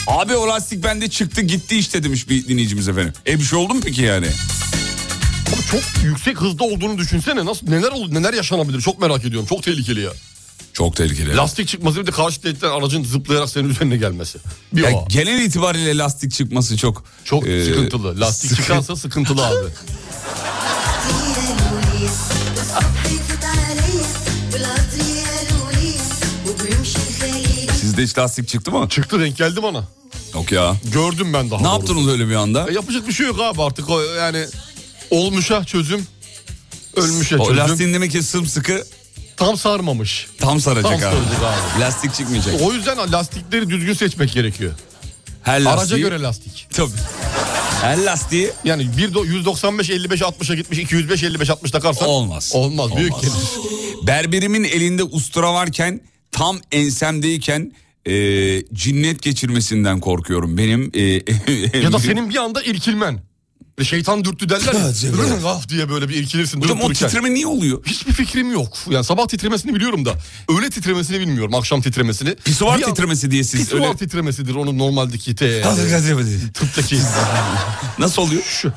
S2: Abi o lastik bende çıktı gitti işte demiş bir dinleyicimiz efendim. E bir şey oldu mu peki yani?
S3: Abi çok yüksek hızda olduğunu düşünsene. Nasıl neler ol- neler yaşanabilir? Çok merak ediyorum. Çok tehlikeli ya.
S2: Çok tehlikeli.
S3: Lastik çıkması bir de karşı tehditten aracın zıplayarak senin üzerine gelmesi. Bir
S2: Ya
S3: o.
S2: genel itibariyle lastik çıkması çok...
S3: Çok
S2: e,
S3: sıkıntılı. Lastik
S2: sıkı-
S3: çıkarsa sıkıntılı abi.
S2: Sizde hiç lastik çıktı mı?
S3: Çıktı renk geldi bana.
S2: Yok ya.
S3: Gördüm ben daha
S2: Ne
S3: doğrusu.
S2: yaptınız öyle bir anda?
S3: E, Yapacak bir şey yok abi artık. O, yani olmuşa çözüm. Ölmüşe
S2: O
S3: çözüm.
S2: lastiğin demek ki sımsıkı
S3: Tam sarmamış.
S2: Tam saracak
S3: Tam
S2: abi.
S3: saracak abi.
S2: Lastik çıkmayacak.
S3: O yüzden lastikleri düzgün seçmek gerekiyor.
S2: Her
S3: Araca
S2: lastiği-
S3: göre lastik.
S2: Tabii. Her lastiği.
S3: Yani bir do- 195 55 60'a gitmiş 205 55 60 takarsan
S2: Olmaz.
S3: Olmaz. Büyük
S2: Olmaz.
S3: gelir.
S2: Berberimin elinde ustura varken tam ensemdeyken e, cinnet geçirmesinden korkuyorum. Benim e,
S3: Ya
S2: <laughs>
S3: da senin bir anda irkilmen. Böyle Şeytan dürttü derler ya. Rın ah diye böyle bir irkilirsin.
S2: Hocam
S3: durup
S2: o
S3: dururken.
S2: titreme niye oluyor?
S3: Hiçbir fikrim yok. Yani sabah titremesini biliyorum da öğle titremesini bilmiyorum. Akşam titremesini.
S2: Pisuvar
S3: Bir an-
S2: titremesi diye siz
S3: Pisuvar
S2: öyle-
S3: titremesidir onun normaldeki te.
S2: Hadi, hadi, hadi.
S3: Tıptaki.
S2: Nasıl oluyor?
S3: Şu.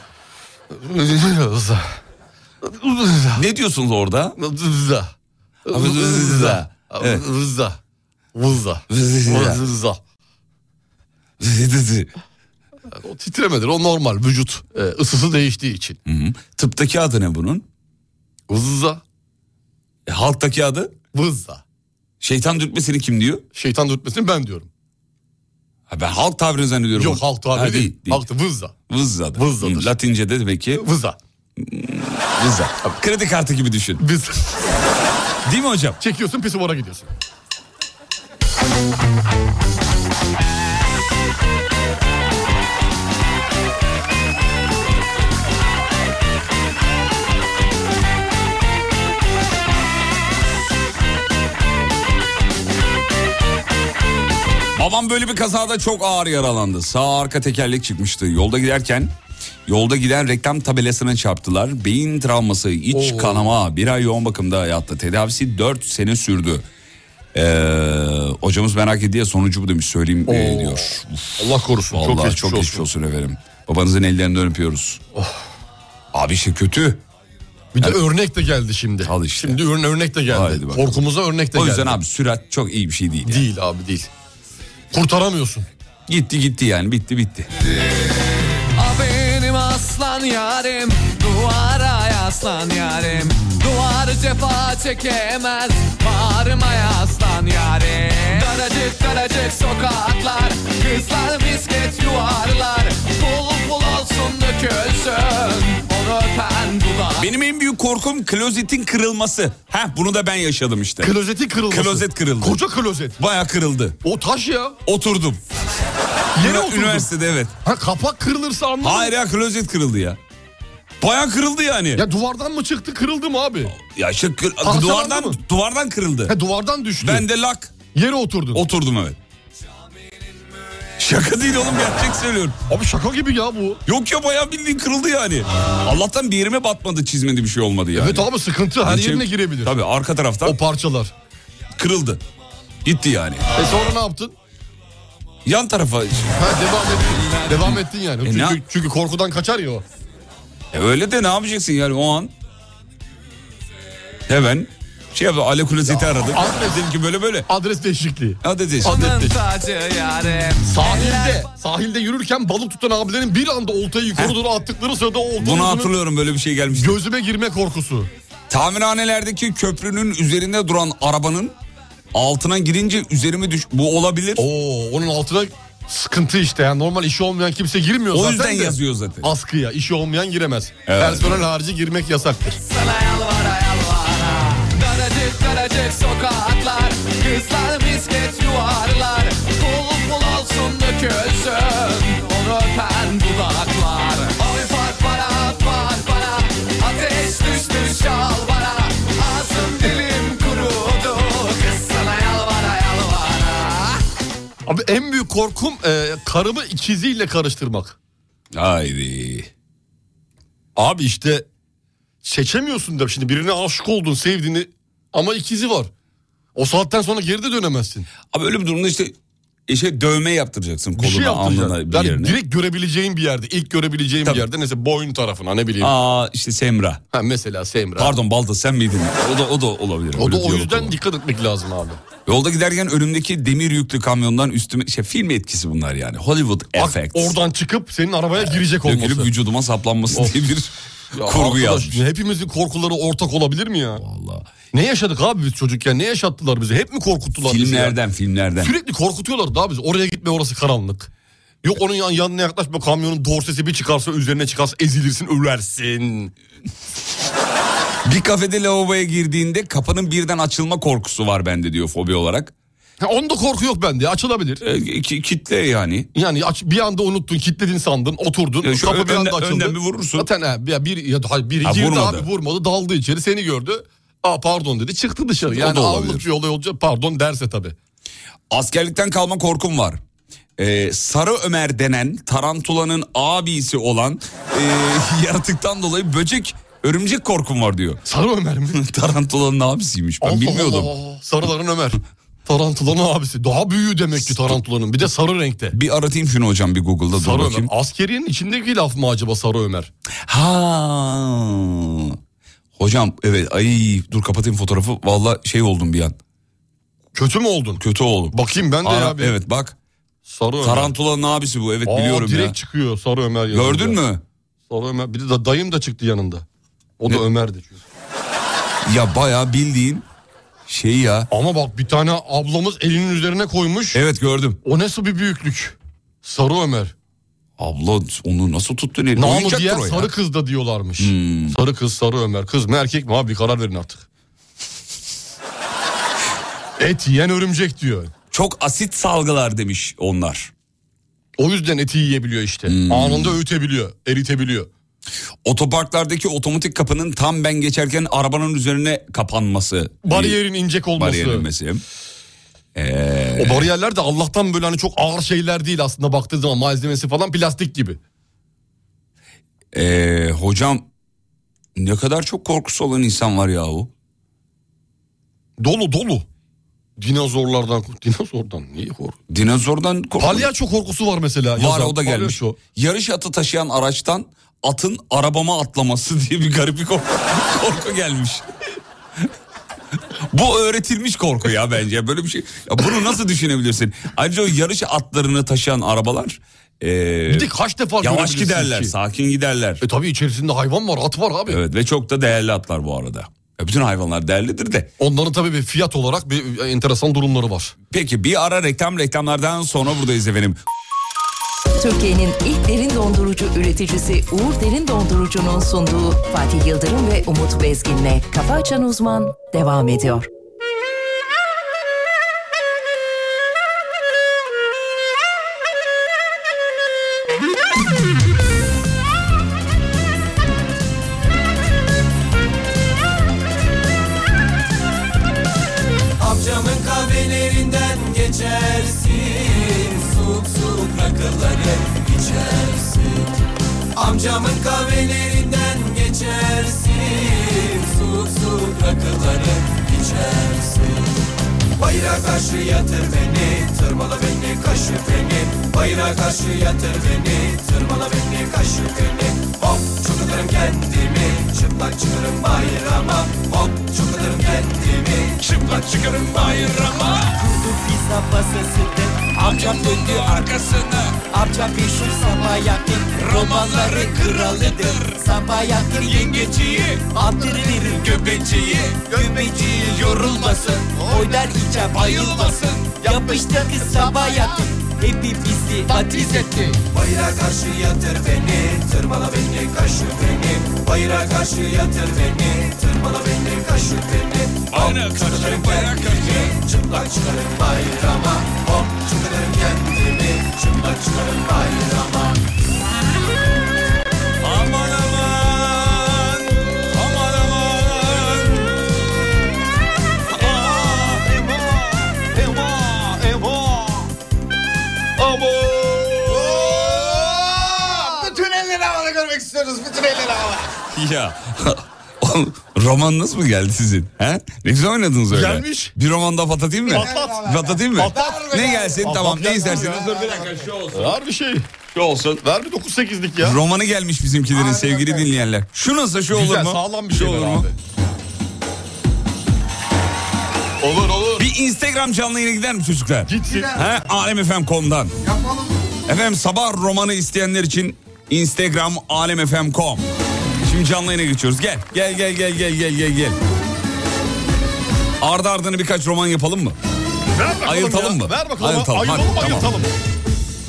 S2: Ne diyorsunuz orada?
S3: Rıza.
S2: Rıza. Evet.
S3: Rıza. Rıza.
S2: Rıza.
S3: Rıza. O titremedir. O normal vücut e, ısısı değiştiği için.
S2: Tıptaki adı ne bunun?
S3: Vızza.
S2: E, halktaki adı?
S3: Vızza.
S2: Şeytan dürtmesini kim diyor?
S3: Şeytan dürtmesini ben diyorum.
S2: Ha, ben halk tabirini zannediyorum.
S3: Yok halk tabiri
S2: Ha,
S3: değil. Halk da vızza.
S2: Vızza. Vızzadır. Latince'de demek ki.
S3: Vızza.
S2: Vızza. Kredi kartı gibi düşün.
S3: Vızza.
S2: Değil mi hocam?
S3: Çekiyorsun pisivara gidiyorsun.
S2: Babam böyle bir kazada çok ağır yaralandı. Sağ arka tekerlek çıkmıştı. Yolda giderken yolda giden reklam tabelasına çarptılar. Beyin travması, iç kanama, bir ay yoğun bakımda yattı. Tedavisi 4 sene sürdü. Ee, hocamız merak ediyor sonucu bu demiş söyleyeyim e, diyor.
S3: Allah korusun.
S2: Vallahi çok geçmiş, olsun. efendim. Babanızın ellerinden öpüyoruz. Abi şey kötü.
S3: Bir de örnek de geldi şimdi.
S2: Al işte.
S3: Şimdi ürün örnek de geldi.
S2: Haydi bakalım.
S3: Korkumuza örnek de
S2: o
S3: geldi.
S2: yüzden abi sürat çok iyi bir şey değil.
S3: Değil abi değil. Kurtaramıyorsun.
S2: Gitti gitti yani bitti bitti.
S14: A Ah, benim aslan yarim Duvara yaslan yarim Duvarı cefa çekemez Bağrıma yaslan yarim Daracık daracık sokaklar Kızlar misket yuvarlar Pul pul olsun dökülsün Onu öpen dudağım
S2: Benim en büyük korkum klozetin kırılması. Heh bunu da ben yaşadım işte.
S3: Klozetin kırılması.
S2: Klozet kırıldı.
S3: Koca klozet.
S2: Baya kırıldı.
S3: O taş ya.
S2: Oturdum.
S3: Yere oturdun.
S2: Üniversitede evet.
S3: Ha kapak kırılırsa anlarım.
S2: Hayır ya klozet kırıldı ya. Baya kırıldı yani. Ya,
S3: Ya duvardan mı çıktı kırıldı mı abi?
S2: işte kır-
S3: Parçalandı
S2: duvardan
S3: mı?
S2: duvardan kırıldı.
S3: Ha duvardan düştü.
S2: ben de lak
S3: Yere oturdun.
S2: oturdum evet. Şaka değil oğlum gerçek söylüyorum.
S3: Abi şaka gibi ya bu.
S2: Yok ya bayağı bildiğin kırıldı yani. Allah'tan bir yerime batmadı çizmedi bir şey olmadı yani.
S3: Evet abi sıkıntı her
S2: Yani şey-
S3: yerine girebilir.
S2: Tabii arka taraftan
S3: O parçalar.
S2: kırıldı. Gitti yani.
S3: E sonra ne yaptın?
S2: Yan tarafa
S3: Ha devam ettin. Devam ettin yani.
S2: E, ne-
S3: çünkü, çünkü korkudan kaçar ya o.
S2: E öyle de ne yapacaksın yani o an? Hemen şey yaptım Ale Klozet'i aradım.
S3: adres-
S2: Dedim ki böyle böyle.
S3: Adres değişikliği.
S2: Hadi de.
S14: Onun tacı yarim
S3: Sahilde, sahilde yürürken balık tutan abilerin bir anda oltayı yukarı doğru attıkları sırada o oltanın
S2: Bunu
S3: ucunu-
S2: hatırlıyorum böyle bir şey gelmişti.
S3: Gözüme girme korkusu.
S2: Tamirhanelerdeki köprünün üzerinde duran arabanın altına girince üzerime düş... Bu olabilir.
S3: Oo, onun altına sıkıntı işte. Yani normal işi olmayan kimse girmiyor
S2: O
S3: zaten.
S2: yüzden
S3: de.
S2: yazıyor zaten.
S3: Askıya işi olmayan giremez.
S2: Evet.
S3: Personel harici girmek yasaktır.
S14: Sana yalvara yalvara Daracık daracık sokaklar Kızlar misket yuvarlar Pul pul olsun dökülsün Onu öpen dudaklar Oy fark bana fark bana Ateş düştü şal bana Ağzım dilim kurudu Kız sana yalvara yalvara
S3: Abi en büyük korkum e, karımı ikiziyle karıştırmak.
S2: Haydi.
S3: Abi işte seçemiyorsun da şimdi birine aşık oldun sevdiğini ama ikizi var. O saatten sonra geri de dönemezsin.
S2: Abi öyle bir durumda işte işte dövme yaptıracaksın
S3: Bir
S2: koluna,
S3: şey yaptıracaksın.
S2: alnına, bir
S3: Yani
S2: yerine.
S3: direkt görebileceğin bir yerde. ilk görebileceğin
S2: Tabii.
S3: bir yerde. Neyse boyun tarafına ne bileyim.
S2: Aa işte Semra.
S3: Ha, mesela Semra.
S2: Pardon Balta sen miydin? O da o da olabilir.
S3: O
S2: Öyle
S3: da o
S2: diyalog
S3: yüzden
S2: olur.
S3: dikkat etmek lazım abi.
S2: Yolda giderken önümdeki demir yüklü kamyondan üstüme şey film etkisi bunlar yani. Hollywood
S3: Bak,
S2: effects.
S3: oradan çıkıp senin arabaya girecek olması.
S2: Dökülüp vücuduma saplanması
S3: Of.
S2: diye bir
S3: Ya
S2: <laughs> kurgu
S3: arkadaş,
S2: yazmış.
S3: Hepimizin korkuları ortak olabilir mi ya?
S2: Vallahi.
S3: Ne yaşadık abi biz çocukken? Ne yaşattılar bizi? Hep mi korkuttular bizi ya?
S2: Filmlerden filmlerden.
S3: Sürekli korkutuyorlar daha bizi. Oraya gitme orası karanlık. Yok onun yan, yanına yaklaşma kamyonun dorsesi bir çıkarsa üzerine çıkarsa ezilirsin ölersin.
S2: Bir kafede lavaboya girdiğinde kapının birden açılma korkusu var bende diyor fobi olarak. Ee,
S3: onda korku yok bende açılabilir.
S2: kitle yani.
S3: Yani aç, bir anda unuttun kilitledin sandın oturdun
S2: Ya şu
S3: kapı bir
S2: önde-
S3: anda açıldı.
S2: önden bir vurursun.
S3: Zaten he, ya bir, ya, hayır, biri
S2: Ha,
S3: girdi
S2: vurmadı.
S3: abi vurmadı daldı içeri seni gördü. Aa pardon dedi çıktı dışarı. Yani
S2: da
S3: anlık
S2: olabilir.
S3: bir olay olacak pardon derse tabii.
S2: Askerlikten kalma korkum var. Ee, Sarı Ömer denen tarantulanın abisi olan e, <laughs> yaratıktan dolayı böcek örümcek korkum var diyor.
S3: Sarı Ömer mi?
S2: <laughs> tarantulanın abisiymiş ben
S3: Allah
S2: bilmiyordum.
S3: Allah, Sarıların Ömer. Tarantulanın abisi. Daha büyüğü demek ki tarantulanın. Bir de sarı renkte.
S2: Bir aratayım şunu hocam bir Google'da dur
S3: Sarı Ömer.
S2: bakayım.
S3: Askeriyenin içindeki laf mı acaba Sarı Ömer?
S2: Ha. Hocam evet ay dur kapatayım fotoğrafı. Valla şey oldum bir an.
S3: Kötü mü oldun?
S2: Kötü oldum.
S3: Bakayım ben de
S2: Ara-
S3: ya bir-
S2: Evet bak.
S3: Sarı Ömer.
S2: Tarantulanın abisi bu evet
S3: Aa,
S2: E, biliyorum
S3: direkt
S2: ya.
S3: çıkıyor Sarı Ömer yanında.
S2: Gördün mü?
S3: Sarı Ömer. Bir de da- dayım da çıktı yanında. O da Ömer'di çünkü.
S2: Ya bayağı bildiğin şey ya.
S3: Ama bak bir tane ablamız elinin üzerine koymuş.
S2: Evet gördüm.
S3: O nasıl bir büyüklük? Sarı Ömer.
S2: Abla onu nasıl tuttun elini?
S3: Namı
S2: Oyuncaktır
S3: diğer
S2: E, o ya.
S3: sarı kız da diyorlarmış.
S2: Hmm.
S3: Sarı kız, sarı Ömer. Kız mı erkek mi abi bir karar verin artık. Et yiyen örümcek diyor.
S2: Çok asit salgılar demiş onlar. Hmm.
S3: O yüzden eti yiyebiliyor işte. Anında öğütebiliyor, eritebiliyor.
S2: Otoparklardaki otomatik kapının tam ben geçerken arabanın üzerine kapanması.
S3: Bariyerin incek olması. E.
S2: Bariyer inmesi. Ee,
S3: O bariyerler de Allah'tan böyle hani çok ağır şeyler değil aslında baktığı zaman malzemesi falan plastik gibi.
S2: ee, hocam ne kadar çok korkusu olan insan var yahu.
S3: Dolu dolu. Dinozorlardan kork- Dinozordan niye kork?
S2: Dinozordan korku.
S3: Palyaço korkusu var mesela.
S2: Var
S3: Yazan,
S2: o da gelmiş.
S3: palyaço.
S2: Yarış atı taşıyan araçtan atın arabama atlaması diye bir garip bir korku, <laughs> korku gelmiş. Bu öğretilmiş korku ya bence. Böyle bir şey. Ya bunu nasıl düşünebilirsin? Ayrıca o yarış atlarını taşıyan arabalar ee,
S3: Bir de kaç defa
S2: yavaş
S3: görebilirsin
S2: giderler,
S3: ki?
S2: sakin giderler.
S3: E tabii içerisinde hayvan var, at var abi.
S2: Evet ve çok da değerli atlar bu arada. Ya bütün hayvanlar değerlidir de.
S3: Onların tabii bir fiyat olarak bir enteresan durumları var.
S2: Peki bir ara reklam reklamlardan sonra buradayız efendim.
S10: Türkiye'nin ilk derin dondurucu üreticisi Uğur Derin Dondurucu'nun sunduğu Fatih Yıldırım ve Umut Bezgin'le Kafa Açan Uzman devam ediyor.
S14: Amcamın kahvelerinden geçersin Soğuk soğuk rakıları içersin Amcamın kahvelerinden geçersin Soğuk soğuk rakıları içersin Bayrağa karşı yatır beni Tırmala beni kaşı beni Bayrağa karşı yatır beni Tırmala beni kaşı beni Hop çok atarım kendimi Çıplak çıkarım bayrama Hop çok atarım kendimi Çıplak çıkarım bayrama Kurdu pizza basasını Amcam döndü arkasını Amcam meşhur sabah yakın Romanların kralıdır Sabah yakın yengeciyi Andırır göbeciyi Göbeciyi yorulmasın Oynar içe bayılmasın Yapıştı kız sabah yakın Hepimizi atriz etti Bayrağa karşı yatır beni Tırmala beni kaşı beni Bayrağa karşı yatır beni Tırmala beni kaşı beni Bayrağa karşı bayrağa karşı Çıplak çıkarım bayrama Hop çıkarım kendimi Çıplak çıkarım bayrama Aman aman Aman aman
S5: Bütün elleri havada görmek istiyoruz. Bütün elleri havada.
S3: <laughs>
S2: Ya <laughs> oğlum, romanınız mı geldi sizin? He? Ne güzel oynadınız öyle.
S3: Gelmiş.
S2: Bir roman daha patlatayım mı?
S3: Patlat.
S2: Patlatayım mı?
S3: Patlat.
S2: Ne gelsin
S3: Patlat
S2: tamam ne
S3: gelsin
S2: isterseniz.
S3: ya.
S2: Dur bir dakika şu olsun.
S3: Var bir şey.
S2: Şu olsun.
S3: Ver bir 9-8'lik ya.
S2: Romanı gelmiş bizimkilerin sevgili dinleyenler. Şu nasıl şu olur
S3: Güzel,
S2: mu?
S3: sağlam bir
S2: Şu
S3: şey
S2: olur
S3: abi.
S2: mu?
S3: Olur olur.
S2: Bir Instagram canlı yayına gider mi çocuklar?
S3: Gitsin.
S2: He? Alemfm.com'dan.
S5: Yapalım.
S2: Efendim sabah romanı isteyenler için Instagram alemfm.com. Şimdi canlı yayına geçiyoruz. Gel gel gel gel gel gel gel gel. Ardı ardına birkaç roman yapalım mı?
S3: Ver bakalım
S2: Ayıltalım
S3: ya.
S2: mı?
S3: Ver bakalım.
S2: Ayıltalım,
S3: Ayıltalım,
S2: hadi,
S3: ayıltalım.
S2: tamam.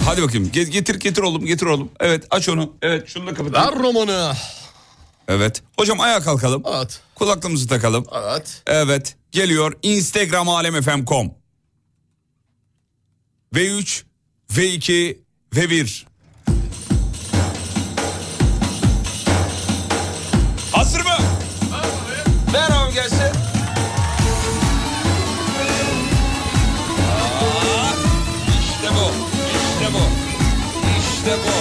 S2: Hadi bakayım Ge- getir getir oğlum getir oğlum. Evet aç onu. Evet şunu da kapat.
S3: Ver romanı.
S2: Evet. Hocam ayağa kalkalım. Evet. Kulaklığımızı takalım. Evet. Evet. Geliyor Instagram alemfm.com. V3, V2, V1. Hazır mı?
S15: Ver abi gelsin. Aa, İşte bu. İşte bu. İşte bu.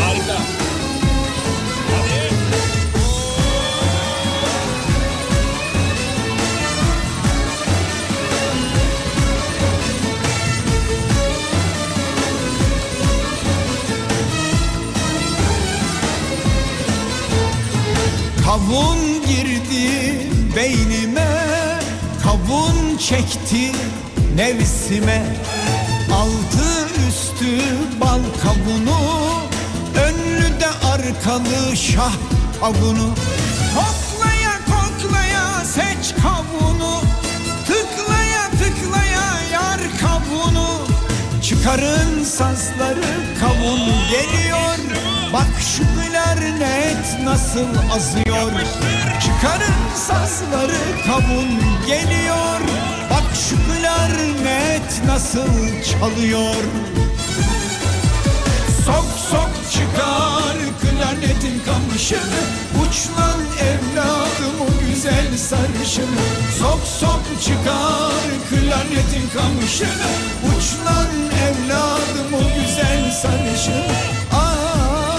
S15: Harika. Hadi.
S14: Kavun girdi beynime Kavun çekti nefsime Altı üstü bal kavunu Önlü de arkalı şah kavunu Koklaya koklaya seç kavunu Tıklaya tıklaya yar kavunu Çıkarın sazları kavun geliyor Bak şu klarnet nasıl azıyor Çıkarın sazları kavun geliyor Bak şu klarnet nasıl çalıyor Sok sok çıkar klarnetin kamışını Uçlan evladım o güzel sarışını Sok sok çıkar klarnetin kamışını Uçlan evladım o güzel sarışını Ah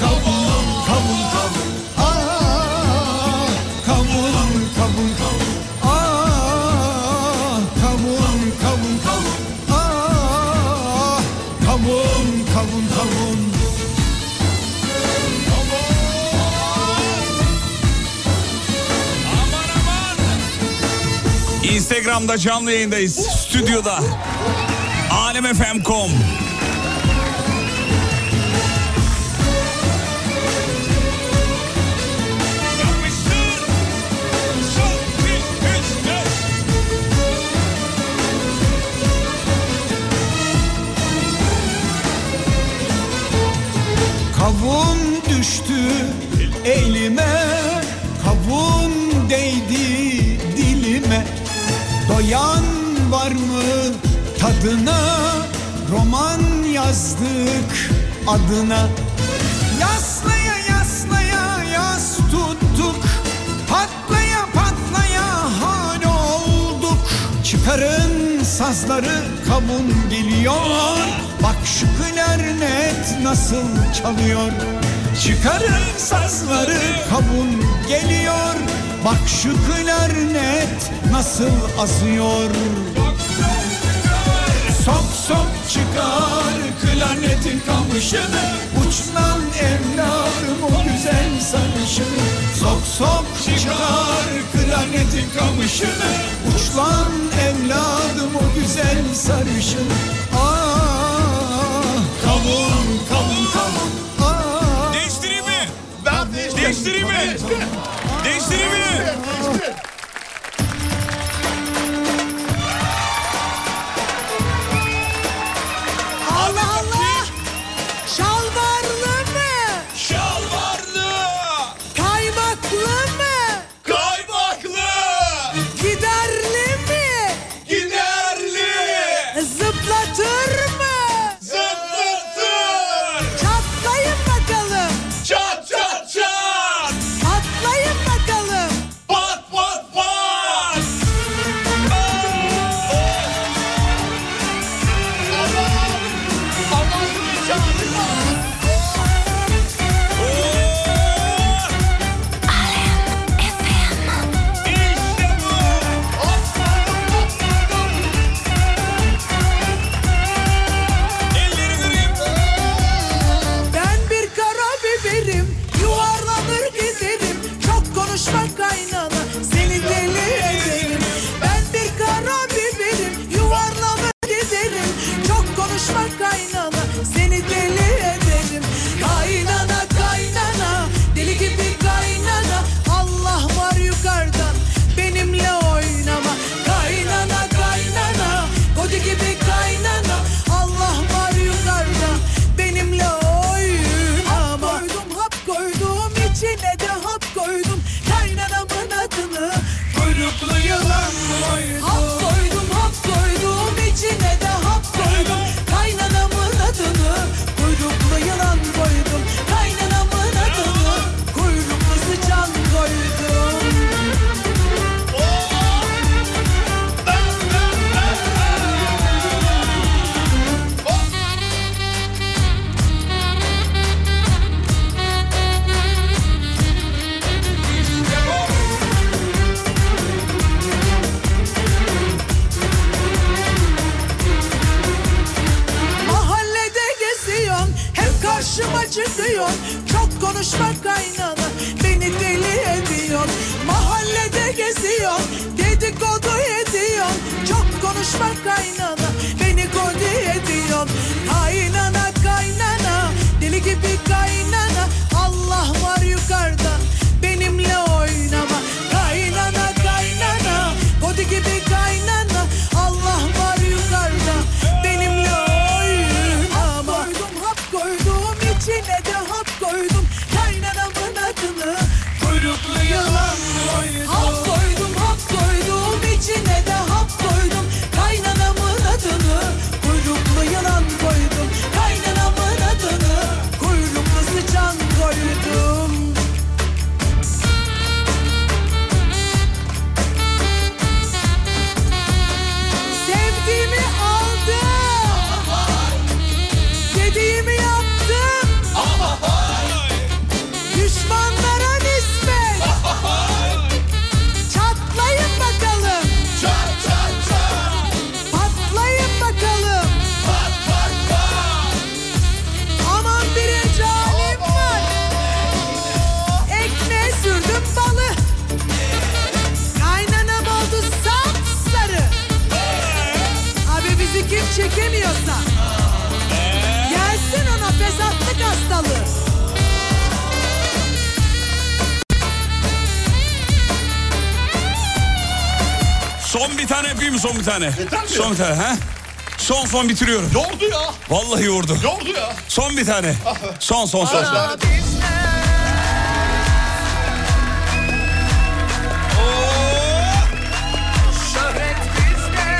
S14: kavun kavun kavun Ah kavun kavun kavun Ah kavun kavun kavun Ah kavun kavun kavun
S2: Instagram'da canlı yayındayız. Stüdyoda. Alemfm.com
S14: Kavun düştü elime Kavun değdi dilime Doyan var mı tadına Roman yazdık adına Yaslaya yaslaya yas tuttuk Patlaya patlaya hal olduk Çıkarın sazları kavun geliyor Bak şu klarnet nasıl çalıyor Çıkarın sazları kavun geliyor Bak şu klarnet nasıl azıyor Sok sok çıkar klarnetin kamışını Uçlan evladım o güzel sarışını Sok sok çıkar klarnetin kamışını Uçlan evladım o güzel sarışını Ah kavun kavun kavun Ah
S2: Değiştireyim mi?
S14: Ben
S2: Değiştireyim mi? Değiştireyim mi?
S14: Allah Allah! Şalvarlı mı?
S15: Şalvarlı.
S14: Kaymaklı mı?
S15: Kaymaklı.
S14: Giderli mi?
S15: Giderli.
S14: Zıplatır mı?
S15: Zıplatır.
S14: Çatlayın bakalım.
S15: Çat çat çat.
S14: Patlayın bakalım.
S15: Pat pat pat. seviyor Çok konuşma kaynana beni deli ediyor Mahallede geziyor dedikodu ediyor Çok konuşma kaynana beni godi ediyor Kaynana kaynana deli gibi kaynana Allah var yukarıda benimle oynama Kaynana kaynana godi gibi kaynana Allah var yukarıda benimle oynama Hap koydum hap koydum içine de hap koydum Kaynanamın adını kuyruklu yılan koydum Hap koydum hap koydum içine de hap koydum Kaynanamın adını kuyruklu yılan koydum Kaynanamın adını kuyruklu sıçan koydum Sevdiğimi aldım. Dediğimi yaptım. Düşmanlara nispet. Çatlayın bakalım. Patlayın bakalım. Aman bir ecalim var. Ekmeğe sürdüm balı. Kaynanam oldu sapsarı. Abi bizi kim çekemiyorsa. Gelsin ona fesatlık hastalığı.
S2: Son bir tane yapayım mı son bir tane?
S16: mi?
S2: Son bir tane ha? Son son bitiriyorum.
S16: Yordu ya.
S2: Vallahi yordu.
S16: Yordu ya. Ah.
S2: Son bir tane. Son son son. son.
S17: Şöhret bizde.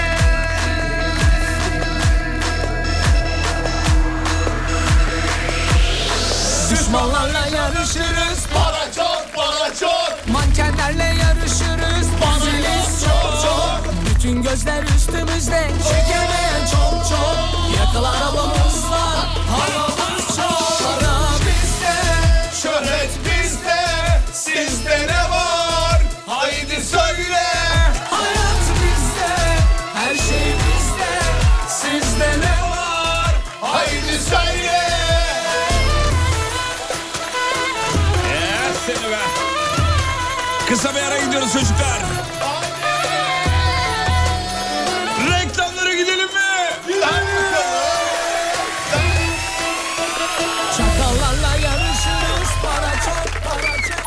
S14: Düşmanlarla yarışırız
S16: Para çok para çok
S14: Mankenlerle yarışırız Paneliz çok çok Bütün gözler üstümüzde Çekemeyen çok çok Yakıl arabamızla Paramız çok Para bizde
S17: Şöhret bizde. Sizde ne var? Haydi söyle. Hayat bizde. Her şey bizde. Sizde ne var? Haydi söyle.
S2: Seni be. Kısa bir ara gidiyoruz çocuklar. Reklamlara gidelim mi?
S14: Çakallarla yarışırız Para çok para çok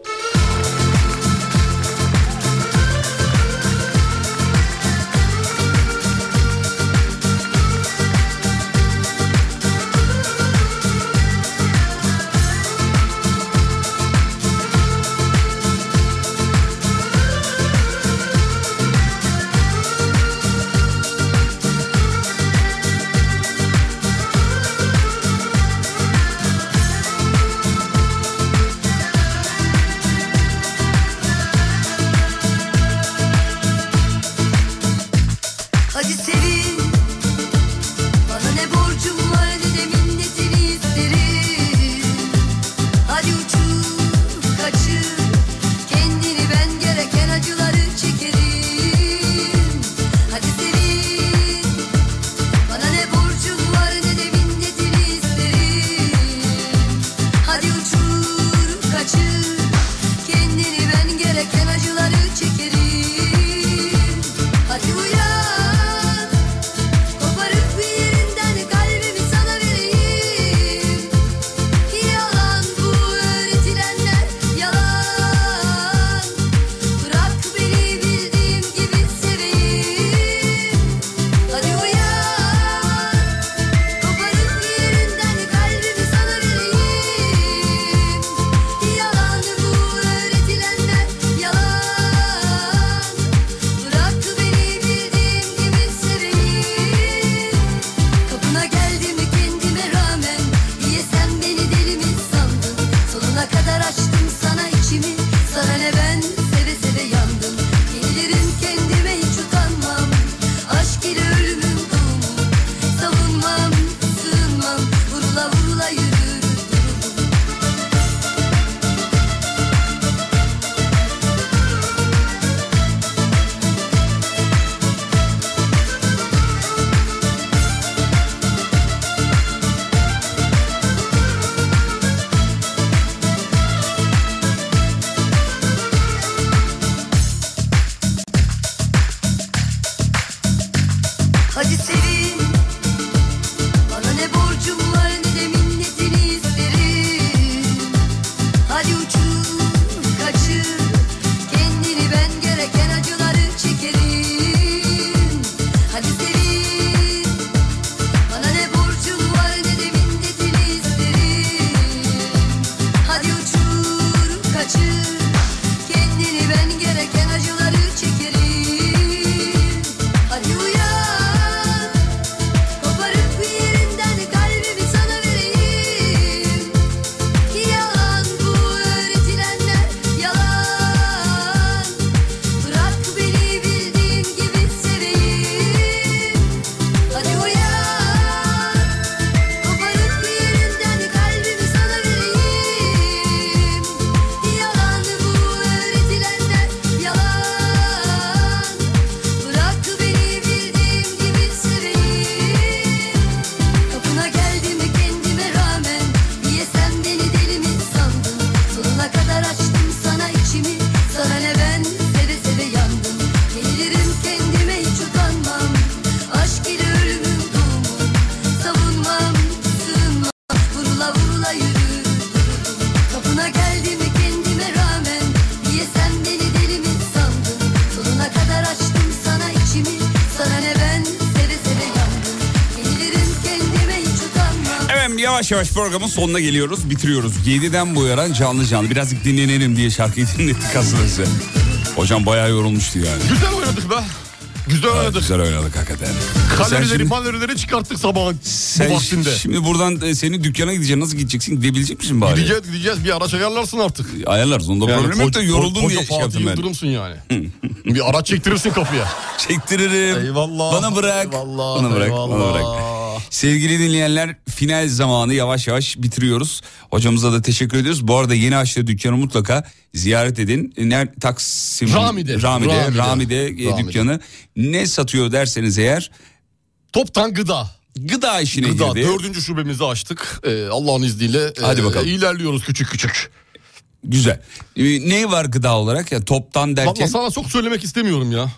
S12: Hadi uçur kaçır Kendini ben gereken acıları çekerim Hadi sevin Bana ne borcun var ne de minnetini isterim Hadi uçur kaçır Kendini ben gereken acıları çekerim Hadi uyan Koparıp bir yerinden kalbimi sana vereyim Yalan bu öğretilenler yalan Bırak beni bildiğim gibi seveyim Hadi uyan Koparıp bir yerinden kalbimi sana vereyim Yalan bu öğretilenler yalan Bırak beni bildiğim gibi seveyim Kapına geldim mi kendime rağmen Niye sen beni deli mi sandın Sonuna kadar açtım sana içimi Sana ne ben seve seve yandım Gelirim kendime hiç utanmam Aşk ile ölümüm doğumum Savunmam, sığınmam Vurula vurula yürüdüm Kapına geldim mi kendime rağmen Niye sen beni deli mi sandın Sonuna kadar açtım sana içimi Sana ne ben seve seve yandım Gelirim kendime hiç utanmam
S2: Evet yavaş yavaş programın sonuna geliyoruz. Bitiriyoruz. 7'den bu yaran canlı canlı. Birazcık dinlenelim diye şarkıyı dinlettik aslında size. Hocam bayağı yorulmuştu yani.
S3: Güzel oynadık be. Güzel oynadık.
S2: Güzel oynadık hakikaten. Sen
S3: Kalorileri
S2: şimdi-
S3: malorileri çıkarttık sabahın
S2: Sen
S3: bu vaktinde.
S2: şimdi buradan e, senin dükkana gideceksin. Nasıl gideceksin? Gidebilecek misin bari?
S3: Gideceğiz gideceğiz bir araç ayarlarsın artık.
S2: Ayarlarız. Onda problem yok da
S3: koca-
S2: yoruldum
S3: koca
S2: diye şey
S3: Fatih
S2: yaptım ben. <laughs>
S3: Yıldırım'sın yani. bir araç çektirirsin kapıya.
S2: Çektiririm.
S3: Eyvallah.
S2: Bana bırak.
S3: Eyvallah.
S2: Bana bırak,
S3: eyvallah.
S2: bana bırak. Sevgili dinleyenler final zamanı yavaş yavaş bitiriyoruz. Hocamıza da teşekkür ediyoruz. Bu arada yeni açtığı dükkanı mutlaka ziyaret edin. Ne, Taksim,
S3: Rami'de.
S2: Rami'de,
S3: Rami'de.
S2: Rami'de, e,
S3: Rami'de.
S2: dükkanı. Ne satıyor derseniz eğer
S3: Toptan gıda.
S2: Gıda işine
S3: Gıda.
S2: girdi.
S3: Dördüncü şubemizi açtık. Ee, Allah'ın izniyle e,
S2: Hadi bakalım.
S3: ilerliyoruz küçük küçük.
S2: güzel. E, ne var gıda olarak ya toptan derken?
S3: Valla sana çok söylemek istemiyorum ya.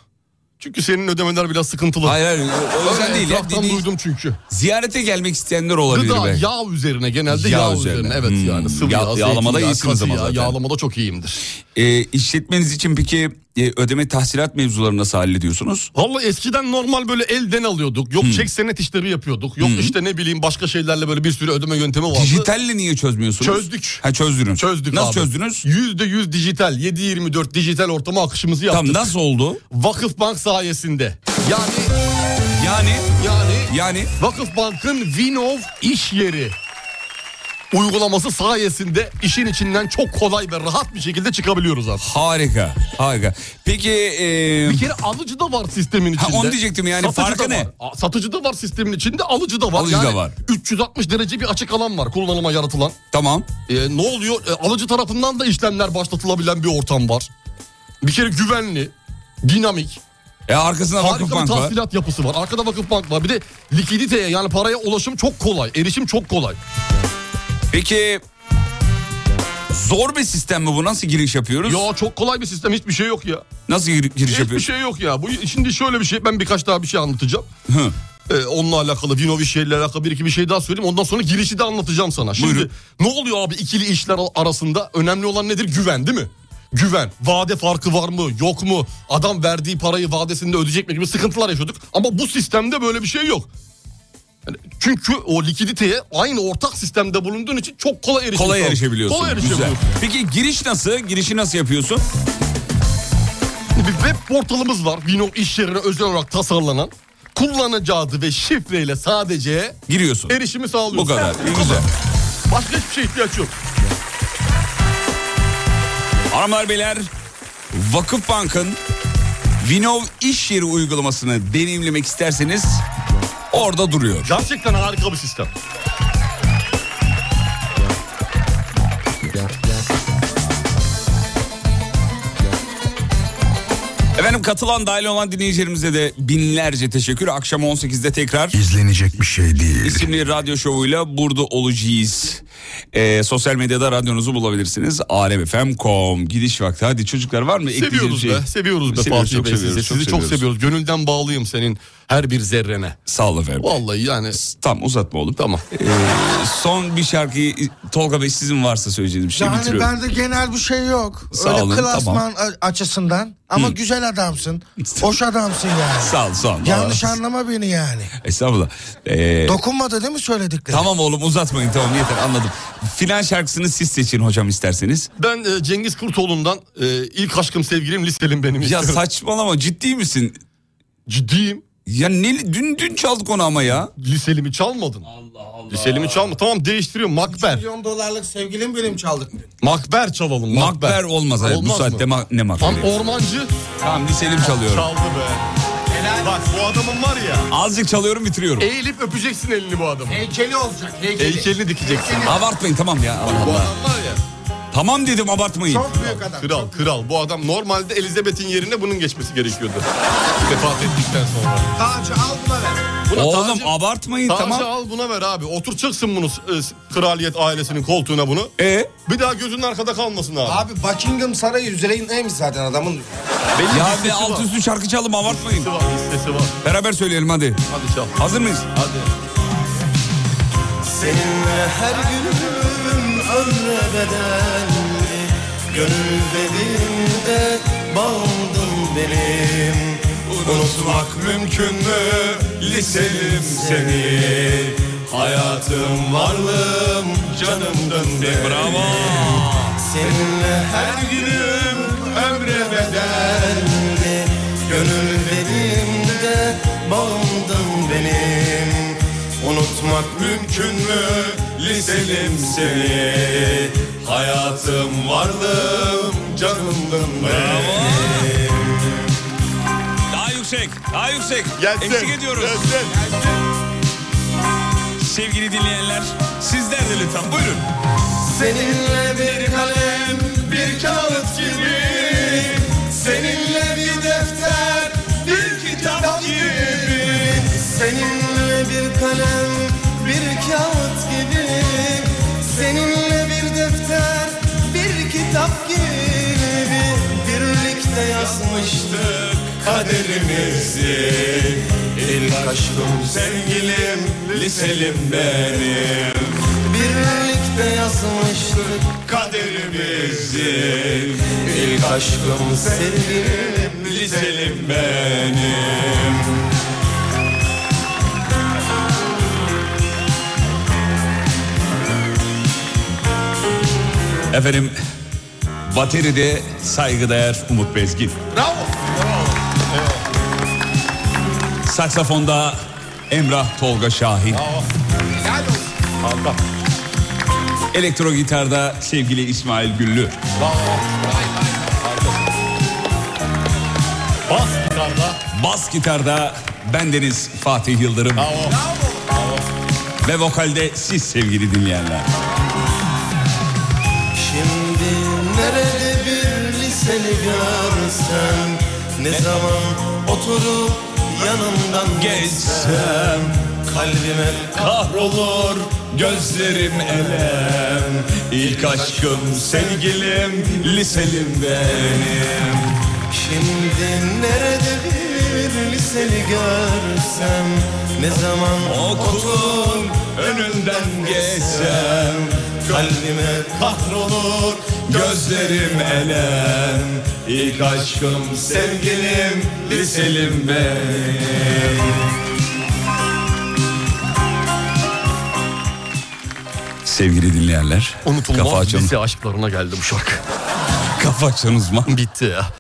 S3: Çünkü senin ödemeler biraz sıkıntılı.
S2: Hayır, hayır, o- o yüzden
S3: Öyle
S2: değil ya.
S3: etraftan
S2: Dinleyici-
S3: duydum çünkü.
S2: Ziyarete gelmek isteyenler olabilir
S3: Gıda
S2: belki.
S3: yağ üzerine genelde yağ, üzerine. Evet
S2: Hmm.
S3: yani sıvı
S2: Ya-
S3: yağ, zeytinyağı,
S2: yağlamada iyisiniz
S3: katı
S2: ama
S3: yağ,
S2: zaten.
S3: Yağlamada çok iyiyimdir.
S2: E, işletmeniz için peki e, ödeme tahsilat mevzularını nasıl hallediyorsunuz?
S3: Valla eskiden normal böyle elden alıyorduk.
S2: Hmm.
S3: Yok çek senet işleri yapıyorduk. Yok işte ne bileyim başka şeylerle böyle bir sürü ödeme yöntemi vardı.
S2: Dijitalle niye çözmüyorsunuz?
S3: Çözdük.
S2: Ha çözdünüz.
S3: Çözdük
S2: Nasıl
S3: abi.
S2: çözdünüz?
S3: %100 dijital, 7-24 dijital ortama akışımızı yaptık.
S2: Tam nasıl oldu?
S3: Vakıfbank sayesinde. Yani
S2: Yani
S3: yani
S2: yani
S3: Vakıfbank'ın Vinov iş yeri uygulaması sayesinde işin içinden çok kolay ve rahat bir şekilde çıkabiliyoruz artık.
S2: harika. Harika. Peki e,
S3: Bir kere alıcı da var sistemin
S2: Ha,
S3: içinde.
S2: onu diyecektim yani,
S3: Satıcı
S2: farkı
S3: da
S2: ne?
S3: var. A- Satıcı da var sistemin içinde, alıcı da var.
S2: Alıcı
S3: yani
S2: da var.
S3: 360 derece bir açık alan var kullanıma yaratılan.
S2: tamam.
S3: Ee, ne oluyor? Ee, alıcı tarafından da işlemler başlatılabilen bir ortam var. Bir kere güvenli, dinamik.
S2: E arkasında
S3: Harika bir
S2: Vakıfbank var.
S3: tahsilat yapısı var. Arkada Vakıfbank var. Bir de likiditeye yani paraya ulaşım çok kolay. Erişim çok kolay.
S2: Peki zor bir sistem mi bu? Nasıl giriş yapıyoruz?
S3: Ya çok kolay bir sistem hiçbir şey yok ya.
S2: Nasıl gir- giriş
S3: Hiçbir
S2: yapıyoruz?
S3: şey yok ya. Bu şimdi şöyle bir şey ben birkaç daha bir şey anlatacağım.
S2: Hı.
S3: Ee, onunla alakalı Vinovi şeyle alakalı bir iki bir şey daha söyleyeyim. Ondan sonra girişi de anlatacağım sana. Şimdi
S2: Buyurun.
S3: ne oluyor abi ikili işler arasında? Önemli olan nedir? Güven değil mi? Güven, vade farkı var mı yok mu? Adam verdiği parayı vadesinde ödeyecek mi gibi sıkıntılar yaşıyorduk. Ama bu sistemde böyle bir şey yok. Yani çünkü o likiditeye aynı ortak sistemde bulunduğun için çok kolay erişim
S2: Kolay
S3: sağlıyor.
S2: erişebiliyorsun.
S3: Kolay
S2: Güzel.
S3: erişebiliyorsun.
S2: Peki giriş nasıl? Girişi nasıl yapıyorsun?
S3: Bir web portalımız var. Vino iş yerine özel olarak tasarlanan. Kullanıcı adı ve şifreyle sadece
S2: Giriyorsun.
S3: erişimi sağlıyoruz.
S2: Bu kadar.
S3: Sadece bu
S2: Güzel.
S3: kadar. Başka hiçbir şey ihtiyaç yok.
S2: Hanımlar beyler Vakıfbank'ın Vinov iş yeri uygulamasını deneyimlemek isterseniz orada duruyor.
S3: Gerçekten harika bir sistem.
S2: Efendim katılan dahil olan dinleyicilerimize de binlerce teşekkür. Akşam 18'de tekrar... izlenecek bir şey değil. ...isimli radyo şovuyla burada olacağız. Ee, sosyal medyada radyonuzu bulabilirsiniz. alemfm.com. Gidiş vakti. Hadi çocuklar var mı? Ekleyeceğim
S3: Seviyoruz
S2: şey?
S3: be, seviyoruz be
S2: Seviyoruz,
S3: Fatih
S2: çok
S3: Bey
S2: seviyoruz,
S3: sizi. Sizi çok seviyoruz. Gönülden bağlıyım senin her bir zerrene.
S2: Sağ ol efendim.
S3: Vallahi yani.
S2: Tamam uzatma oğlum. Ee,
S3: Tamam.
S2: Son bir şarkıyı Tolga Bey sizin varsa söyleyeceğiniz bir şey
S5: Yani
S2: bitiriyorum.
S5: bende genel bir şey yok.
S2: Sağ
S5: Öyle
S2: olun,
S5: klasman a- açısından. Ama
S2: Hı.
S5: güzel adamsın. Hoş adamsın
S2: <laughs>
S5: yani.
S2: Sağ ol sağ ol.
S5: Yanlış
S2: Aa,
S5: anlama beni yani.
S2: Estağfurullah. Ee,
S5: Dokunmadı değil mi söyledikleri?
S2: Tamam oğlum uzatmayın tamam yeter anladım. Final şarkısını siz seçin hocam isterseniz.
S3: Ben e, Cengiz Kurtoğlu'ndan e, ilk aşkım sevgilim listelim benim.
S2: Ya saçmalama ciddi misin?
S3: Ciddiyim.
S2: Ya ne, dün dün çaldık onu ama ya.
S3: Liselimi çalmadın. Allah Allah. Liselimi çalma. Tamam değiştiriyorum. Makber.
S5: Milyon dolarlık sevgilim benim çaldık.
S3: Makber çalalım. Makber,
S2: Makber olmaz. hayır. Bu
S3: Olmaz mı?
S2: saatte ma- ne makber?
S3: Tam ormancı.
S2: Tamam liselim çalıyorum.
S3: Çaldı be. Bak bu adamın var ya.
S2: Azıcık çalıyorum bitiriyorum.
S3: Eğilip öpeceksin elini bu adamın.
S5: Heykeli olacak.
S3: Heykelini dikeceksin.
S2: Abartmayın tamam ya Allah
S3: Bu
S2: Allah.
S3: adam var ya.
S2: Tamam dedim abartmayın.
S3: Kral kral. Bu adam normalde Elizabeth'in yerine bunun geçmesi gerekiyordu. Vefat ettikten sonra.
S5: Tacı al buna ver.
S2: Oğlum abartmayın
S3: Tacı
S2: tamam.
S3: al buna ver abi. Oturacaksın bunu e, kraliyet ailesinin koltuğuna bunu.
S2: E?
S3: Bir daha gözünün arkada kalmasın abi.
S5: Abi Buckingham Sarayı üzereyim neymiş zaten adamın.
S2: ya bir alt üstü şarkı çalalım abartmayın.
S3: Sesi var.
S2: Beraber söyleyelim hadi.
S3: Hadi çal.
S2: Hazır mıyız?
S3: Hadi.
S14: Seninle her günüm ömre bedelli Gönül dediğinde bağladın benim Unutmak mümkün mü liselim seni Hayatım varlığım canımdın benim Bravo Seninle her günüm ömre bedelli Gönül dediğinde bağladın benim Unutmak mümkün mü liselim seni Hayatım varlığım canımdın benim
S2: Daha yüksek, daha yüksek.
S14: Gelsin,
S2: Eksik ediyoruz. Sevgili dinleyenler, sizler de lütfen buyurun.
S14: Seninle bir kalem bir kağıt gibi Seninle bir defter bir kitap gibi Seninle bir kalem bir kağıt gibi Seninle bir defter bir kitap gibi Birlikte yazmıştık kaderimizi İlk aşkım sevgilim liselim benim Birlikte yazmıştık kaderimizi İlk aşkım sevgilim liselim benim
S2: Efendim, Bateri'de saygıdeğer Umut Bezgin.
S3: Bravo.
S2: Saksafonda Emrah Tolga Şahin.
S3: Helal olsun. Allah.
S2: Elektro gitarda sevgili İsmail Güllü.
S3: Bas gitarda.
S2: Bas gitarda bendeniz Fatih Yıldırım. Ve vokalde siz sevgili dinleyenler.
S14: Şimdi nerede bir liseli görsem Ne zaman oturup yanından geçsem Kalbime kahrolur gözlerim elem İlk aşkım sevgilim liselim benim Şimdi nerede bir liseli görsem Ne zaman okulun önünden geçsem Kalbime kahrolur gözlerim elem İlk aşkım sevgilim liselim benim
S2: Sevgili dinleyenler.
S3: Unutulmaz
S2: Kafa açan,
S3: lise aşklarına geldi bu şarkı.
S2: kafa açan uzman.
S3: Bitti ya.